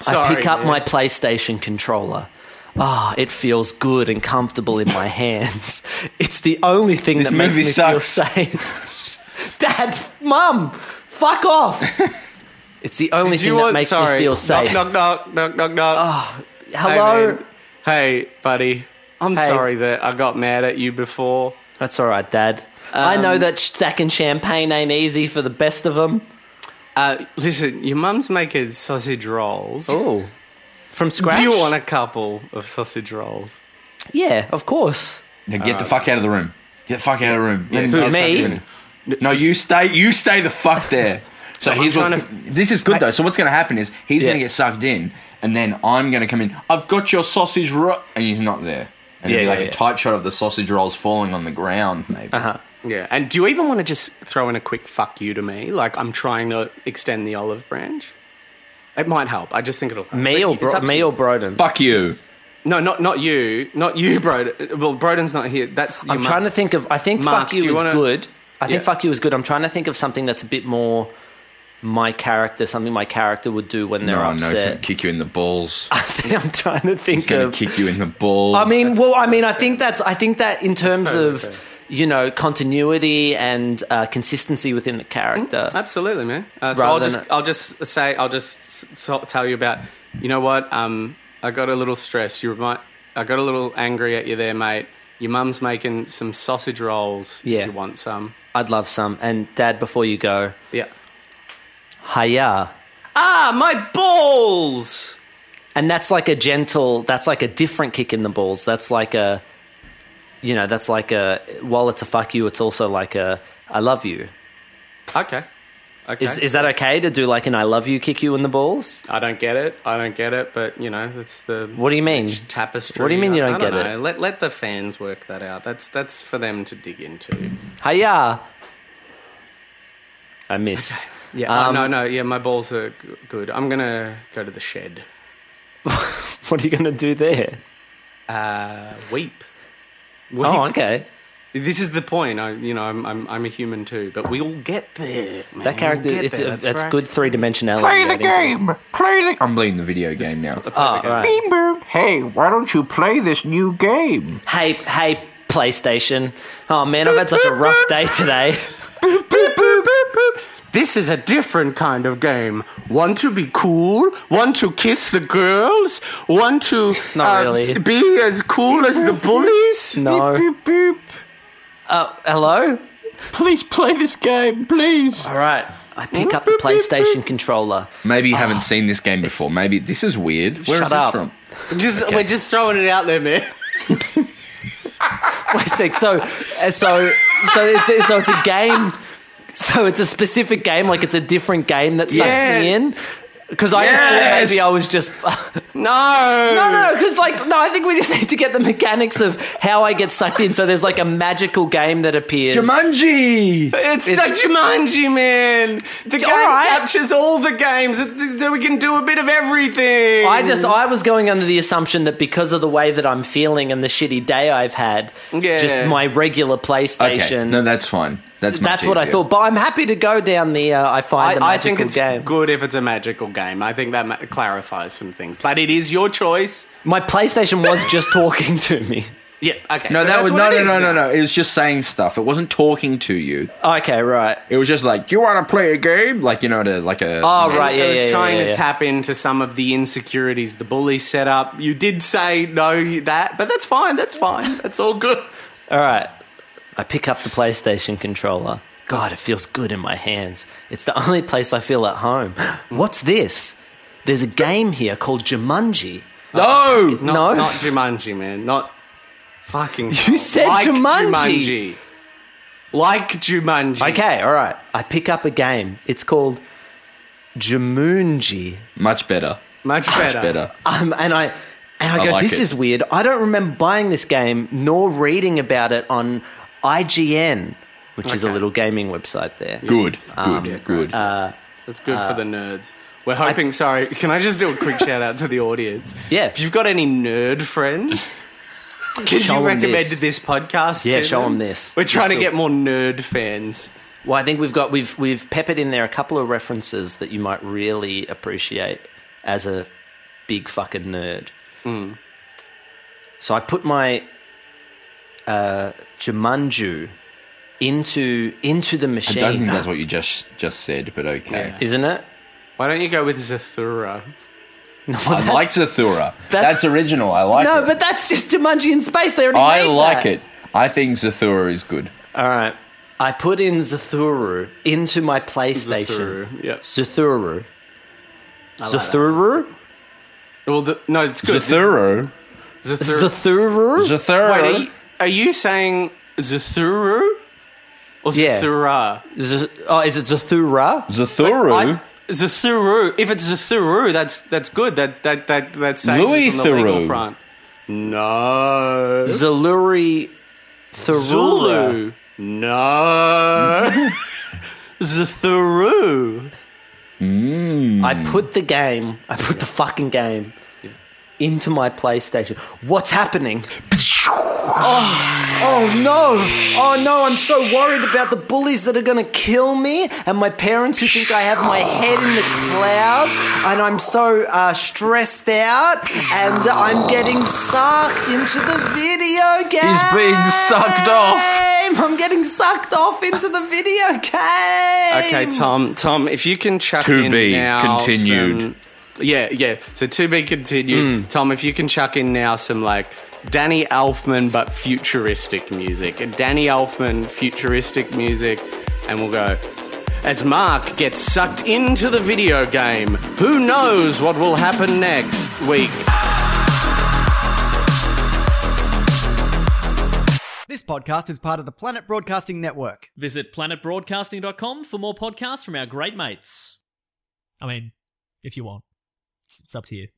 Speaker 3: Sorry.
Speaker 4: I pick up
Speaker 3: man.
Speaker 4: my PlayStation controller. Ah, it feels good and comfortable in my hands. It's the only thing that makes me
Speaker 5: movie
Speaker 4: feel
Speaker 5: sucks.
Speaker 4: safe. Dad, Mum, fuck off! it's the only
Speaker 3: Do you
Speaker 4: thing that
Speaker 3: want-
Speaker 4: makes
Speaker 3: sorry.
Speaker 4: me feel safe. Oh,
Speaker 3: Knock, knock, knock, knock, knock, knock. Hey,
Speaker 4: Hello.
Speaker 3: man. Hey, buddy. I'm
Speaker 4: Hey.
Speaker 3: sorry that I got mad at you before.
Speaker 4: That's all right, Dad. I
Speaker 3: Um,
Speaker 4: know that stacking champagne ain't easy for the best of them.
Speaker 3: Uh, listen, your mum's making sausage rolls.
Speaker 4: Oh, from scratch?
Speaker 3: Do you want a couple of sausage rolls?
Speaker 4: Yeah, of course.
Speaker 5: Now get the fuck out of the room. Get the fuck out of the room. Let him
Speaker 3: so
Speaker 5: get
Speaker 4: me?
Speaker 5: stuck in it. No, you stay. You stay the fuck there. So here's
Speaker 3: I'm
Speaker 5: what. This is good though. So what's going to happen is he's
Speaker 4: Yeah.
Speaker 5: going to get sucked in, and then I'm going to come in. I've got your sausage roll, and he's not there. And
Speaker 4: Yeah,
Speaker 5: it'll be like
Speaker 4: yeah,
Speaker 5: a
Speaker 4: yeah.
Speaker 5: tight shot of the sausage rolls falling on the ground, maybe. Uh-huh.
Speaker 3: Yeah. And do you even want to just throw in a quick fuck you to me? Like, I'm trying to extend the olive branch? It might help. I just think it'll help.
Speaker 4: Me
Speaker 3: But
Speaker 4: or,
Speaker 3: it's
Speaker 4: Bro-
Speaker 3: up to
Speaker 4: me
Speaker 3: you.
Speaker 4: or Broden?
Speaker 5: Fuck you.
Speaker 3: No, not not you. Not you, Broden. Well, Broden's not here. That's your
Speaker 4: I'm trying to think of. I think
Speaker 3: Mark,
Speaker 4: fuck
Speaker 3: do
Speaker 4: you,
Speaker 3: you
Speaker 4: is
Speaker 3: wanna-
Speaker 4: good. I think
Speaker 3: Yeah.
Speaker 4: fuck you is good. I'm trying to think of something that's a bit more my character, something my character would do when they're
Speaker 5: Oh, No, no, he's going to
Speaker 4: upset.
Speaker 5: kick you in the balls.
Speaker 4: I think I'm trying to
Speaker 5: He's
Speaker 4: think
Speaker 5: going
Speaker 4: of.
Speaker 5: to kick you in the balls.
Speaker 4: I mean, well, I mean, I think that's. I think that in terms
Speaker 3: totally
Speaker 4: of.
Speaker 3: fair.
Speaker 4: You know, continuity and uh, consistency within the character.
Speaker 3: Absolutely, man. Uh, so
Speaker 4: Rather
Speaker 3: I'll
Speaker 4: than
Speaker 3: just
Speaker 4: a-
Speaker 3: i I'll just say I'll just s- so- tell you about. You know what? Um, I got a little stressed. You might. I got a little angry at you there, mate. Your mum's making some sausage rolls.
Speaker 4: Yeah.
Speaker 3: If you want some?
Speaker 4: I'd love some. And Dad, before you go,
Speaker 3: Yeah.
Speaker 4: hiya.
Speaker 3: Ah, my balls.
Speaker 4: And that's like a gentle, that's like a different kick in the balls. That's like a, you know, that's like a, while it's a fuck you, it's also like a, I love you.
Speaker 3: Okay. Okay.
Speaker 4: Is, is that okay to do like an I love you kick you in the balls?
Speaker 3: I don't get it. I don't get it. But you know, that's the
Speaker 4: What do you mean?
Speaker 3: tapestry.
Speaker 4: What do you mean you
Speaker 3: I-
Speaker 4: don't
Speaker 3: I
Speaker 4: get it?
Speaker 3: know. Let let the fans work that out. That's that's for them to dig into.
Speaker 4: Hiya. I missed.
Speaker 3: Yeah.
Speaker 4: Um,
Speaker 3: Uh, no, no. Yeah, my balls are g- good. I'm gonna go to the shed.
Speaker 4: What are you going to do there?
Speaker 3: Uh, weep. Weep.
Speaker 4: Oh, okay.
Speaker 3: This is the point. I, you know, I'm, I'm, I'm a human too, but we'll get there. Man.
Speaker 4: That character,
Speaker 3: we'll get
Speaker 4: it's,
Speaker 3: there,
Speaker 4: that's,
Speaker 3: right.
Speaker 4: good three dimensionality. I think.
Speaker 5: Play the. Ah, I'm playing the video game now.
Speaker 4: Oh, all right.
Speaker 5: Hey, why don't you play this new game?
Speaker 4: Hey, hey, PlayStation. Oh, man, I've had such a rough day today.
Speaker 3: Boop, boop, boop, boop. This is a different kind of game. One to be cool, one to kiss the girls, one to
Speaker 4: Not
Speaker 3: uh,
Speaker 4: really.
Speaker 3: be as cool as the bullies.
Speaker 4: No. Uh, hello?
Speaker 5: Please play this game, please.
Speaker 4: All right. I pick up the PlayStation controller.
Speaker 5: Maybe you haven't seen this game before. Maybe this is weird. Where
Speaker 4: Shut
Speaker 5: is this
Speaker 4: up.
Speaker 5: from?
Speaker 3: Just, We're just throwing it out there, man.
Speaker 4: Wait a sec. So, uh, so, so it's, so it's a game. So it's a specific game, like it's a different game that sucks me
Speaker 3: Yes.
Speaker 4: in. Because I just thought
Speaker 3: Yes!
Speaker 4: maybe I was just.
Speaker 3: No.
Speaker 4: No, no, no, because like no, I think we just need to get the mechanics of how I get sucked in. So there's like a magical game that appears.
Speaker 5: Jumanji!
Speaker 3: It's, the Jumanji, man. The game
Speaker 4: right.
Speaker 3: captures all the games, it- so we can do a bit of everything.
Speaker 4: I just I was going under the assumption that because of the way that I'm feeling and the shitty day I've had,
Speaker 3: Yeah.
Speaker 4: just my regular PlayStation.
Speaker 5: Okay, no, that's fine. That's much
Speaker 4: that's what I
Speaker 5: easier.
Speaker 4: thought. But I'm happy to go down the uh, I find the
Speaker 3: I, I
Speaker 4: magical
Speaker 3: think it's
Speaker 4: game.
Speaker 3: good if it's a magical game. I think that ma- clarifies some things. But it is your choice.
Speaker 4: My PlayStation was just talking to me.
Speaker 3: Yeah. Okay.
Speaker 5: No,
Speaker 3: so
Speaker 5: that
Speaker 3: that's
Speaker 5: was
Speaker 3: what
Speaker 5: no,
Speaker 3: it
Speaker 5: no,
Speaker 3: is
Speaker 5: no, no,
Speaker 3: now.
Speaker 5: no. It was just saying stuff. It wasn't talking to you.
Speaker 4: Okay, right.
Speaker 5: It was just like, "Do you want to play a game?" Like you know, to, like a.
Speaker 4: Oh, right. Yeah,
Speaker 3: it was
Speaker 4: yeah, yeah,
Speaker 3: trying
Speaker 4: yeah,
Speaker 3: to
Speaker 4: yeah.
Speaker 3: tap into some of the insecurities the bully set up. You did say no that, but that's fine. That's fine. That's all good.
Speaker 4: All right. I pick up the PlayStation controller. God, it feels good in my hands. It's the only place I feel at home. What's this? There's a game here called Jumanji.
Speaker 5: No.
Speaker 3: Not,
Speaker 4: No.
Speaker 3: not Jumanji, man. Not fucking.
Speaker 4: You said
Speaker 3: like
Speaker 4: Jumanji.
Speaker 3: Jumanji. Like Jumanji.
Speaker 4: Okay, all right. I pick up a game. It's called Jumunji.
Speaker 5: Much better.
Speaker 3: Much better.
Speaker 5: Much better.
Speaker 4: Um, and I and I,
Speaker 5: I
Speaker 4: go,
Speaker 5: like
Speaker 4: this is
Speaker 5: it.
Speaker 4: weird. I don't remember buying this game nor reading about it on IGN, which is a
Speaker 3: Okay.
Speaker 4: little gaming website there.
Speaker 5: Good.
Speaker 4: Um,
Speaker 5: Good. good.
Speaker 4: Uh,
Speaker 3: That's good for the nerds. We're hoping. sorry, can I just do a quick shout out to the audience?
Speaker 4: Yeah.
Speaker 3: If you've got any nerd friends, can
Speaker 4: Show
Speaker 3: you
Speaker 4: 'em
Speaker 3: recommend
Speaker 4: this.
Speaker 3: this. podcast?
Speaker 4: Yeah,
Speaker 3: to
Speaker 4: show
Speaker 3: them?
Speaker 4: 'em this.
Speaker 3: We're trying to
Speaker 4: This'll-
Speaker 3: get more nerd fans.
Speaker 4: Well, I think we've got we've we've peppered in there a couple of references that you might really appreciate as a big fucking nerd. So I put my uh, Jumanju into into the
Speaker 5: I
Speaker 4: machine,
Speaker 5: don't think that's what you just just said, but okay.
Speaker 4: isn't it?
Speaker 3: Why don't you go with Zathura?
Speaker 5: I like Zathura. That's,
Speaker 4: that's-
Speaker 5: original. I like
Speaker 4: No,
Speaker 5: it.
Speaker 4: but that's just Jumanji in space. They already
Speaker 5: I
Speaker 4: made
Speaker 5: like
Speaker 4: that.
Speaker 5: it. I think Zathura is good.
Speaker 4: All right. I put in Zathuru into my PlayStation.
Speaker 3: Zathuru, yep.
Speaker 4: Zathuru. Zathuru?
Speaker 3: Well, the, no, it's good.
Speaker 5: Zathura.
Speaker 3: Zathura.
Speaker 4: Zathuru?
Speaker 5: Zathura.
Speaker 3: Wait, are you, are you saying Zathuru or
Speaker 4: Yeah.
Speaker 3: Zathura?
Speaker 4: Z- oh, is it Zathura?
Speaker 5: Zathura.
Speaker 3: I- Zathuru. If it's Zathuru, that's that's good. That that that that's saves
Speaker 5: Louis
Speaker 3: us on the legal
Speaker 5: Theroux.
Speaker 3: front. No.
Speaker 4: Zaluri Thurura.
Speaker 3: Zulu. No. Zathuru.
Speaker 4: I
Speaker 5: Hmm.
Speaker 4: put the game, I put the fucking game into my PlayStation. What's happening? Oh, oh no! Oh no! I'm so worried about the bullies that are going to kill me, and my parents who think I have my head in the clouds, and I'm so uh, stressed out, and I'm getting sucked into the video game.
Speaker 5: He's being sucked off.
Speaker 4: I'm getting sucked off into the video game.
Speaker 3: Okay, Tom. Tom, if you can chuck
Speaker 5: To
Speaker 3: in
Speaker 5: be
Speaker 3: now
Speaker 5: continued. Hmm.
Speaker 3: some- yeah, yeah. So to be continued. Tom, if you can chuck in now some like Danny Elfman but futuristic music. Danny Elfman futuristic music, and we'll go. As Mark gets sucked into the video game, who knows what will happen next week?
Speaker 1: This podcast is part of the Planet Broadcasting Network.
Speaker 2: Visit planetbroadcasting.com for more podcasts from our great mates.
Speaker 6: I mean, if you want, it's, it's up to you.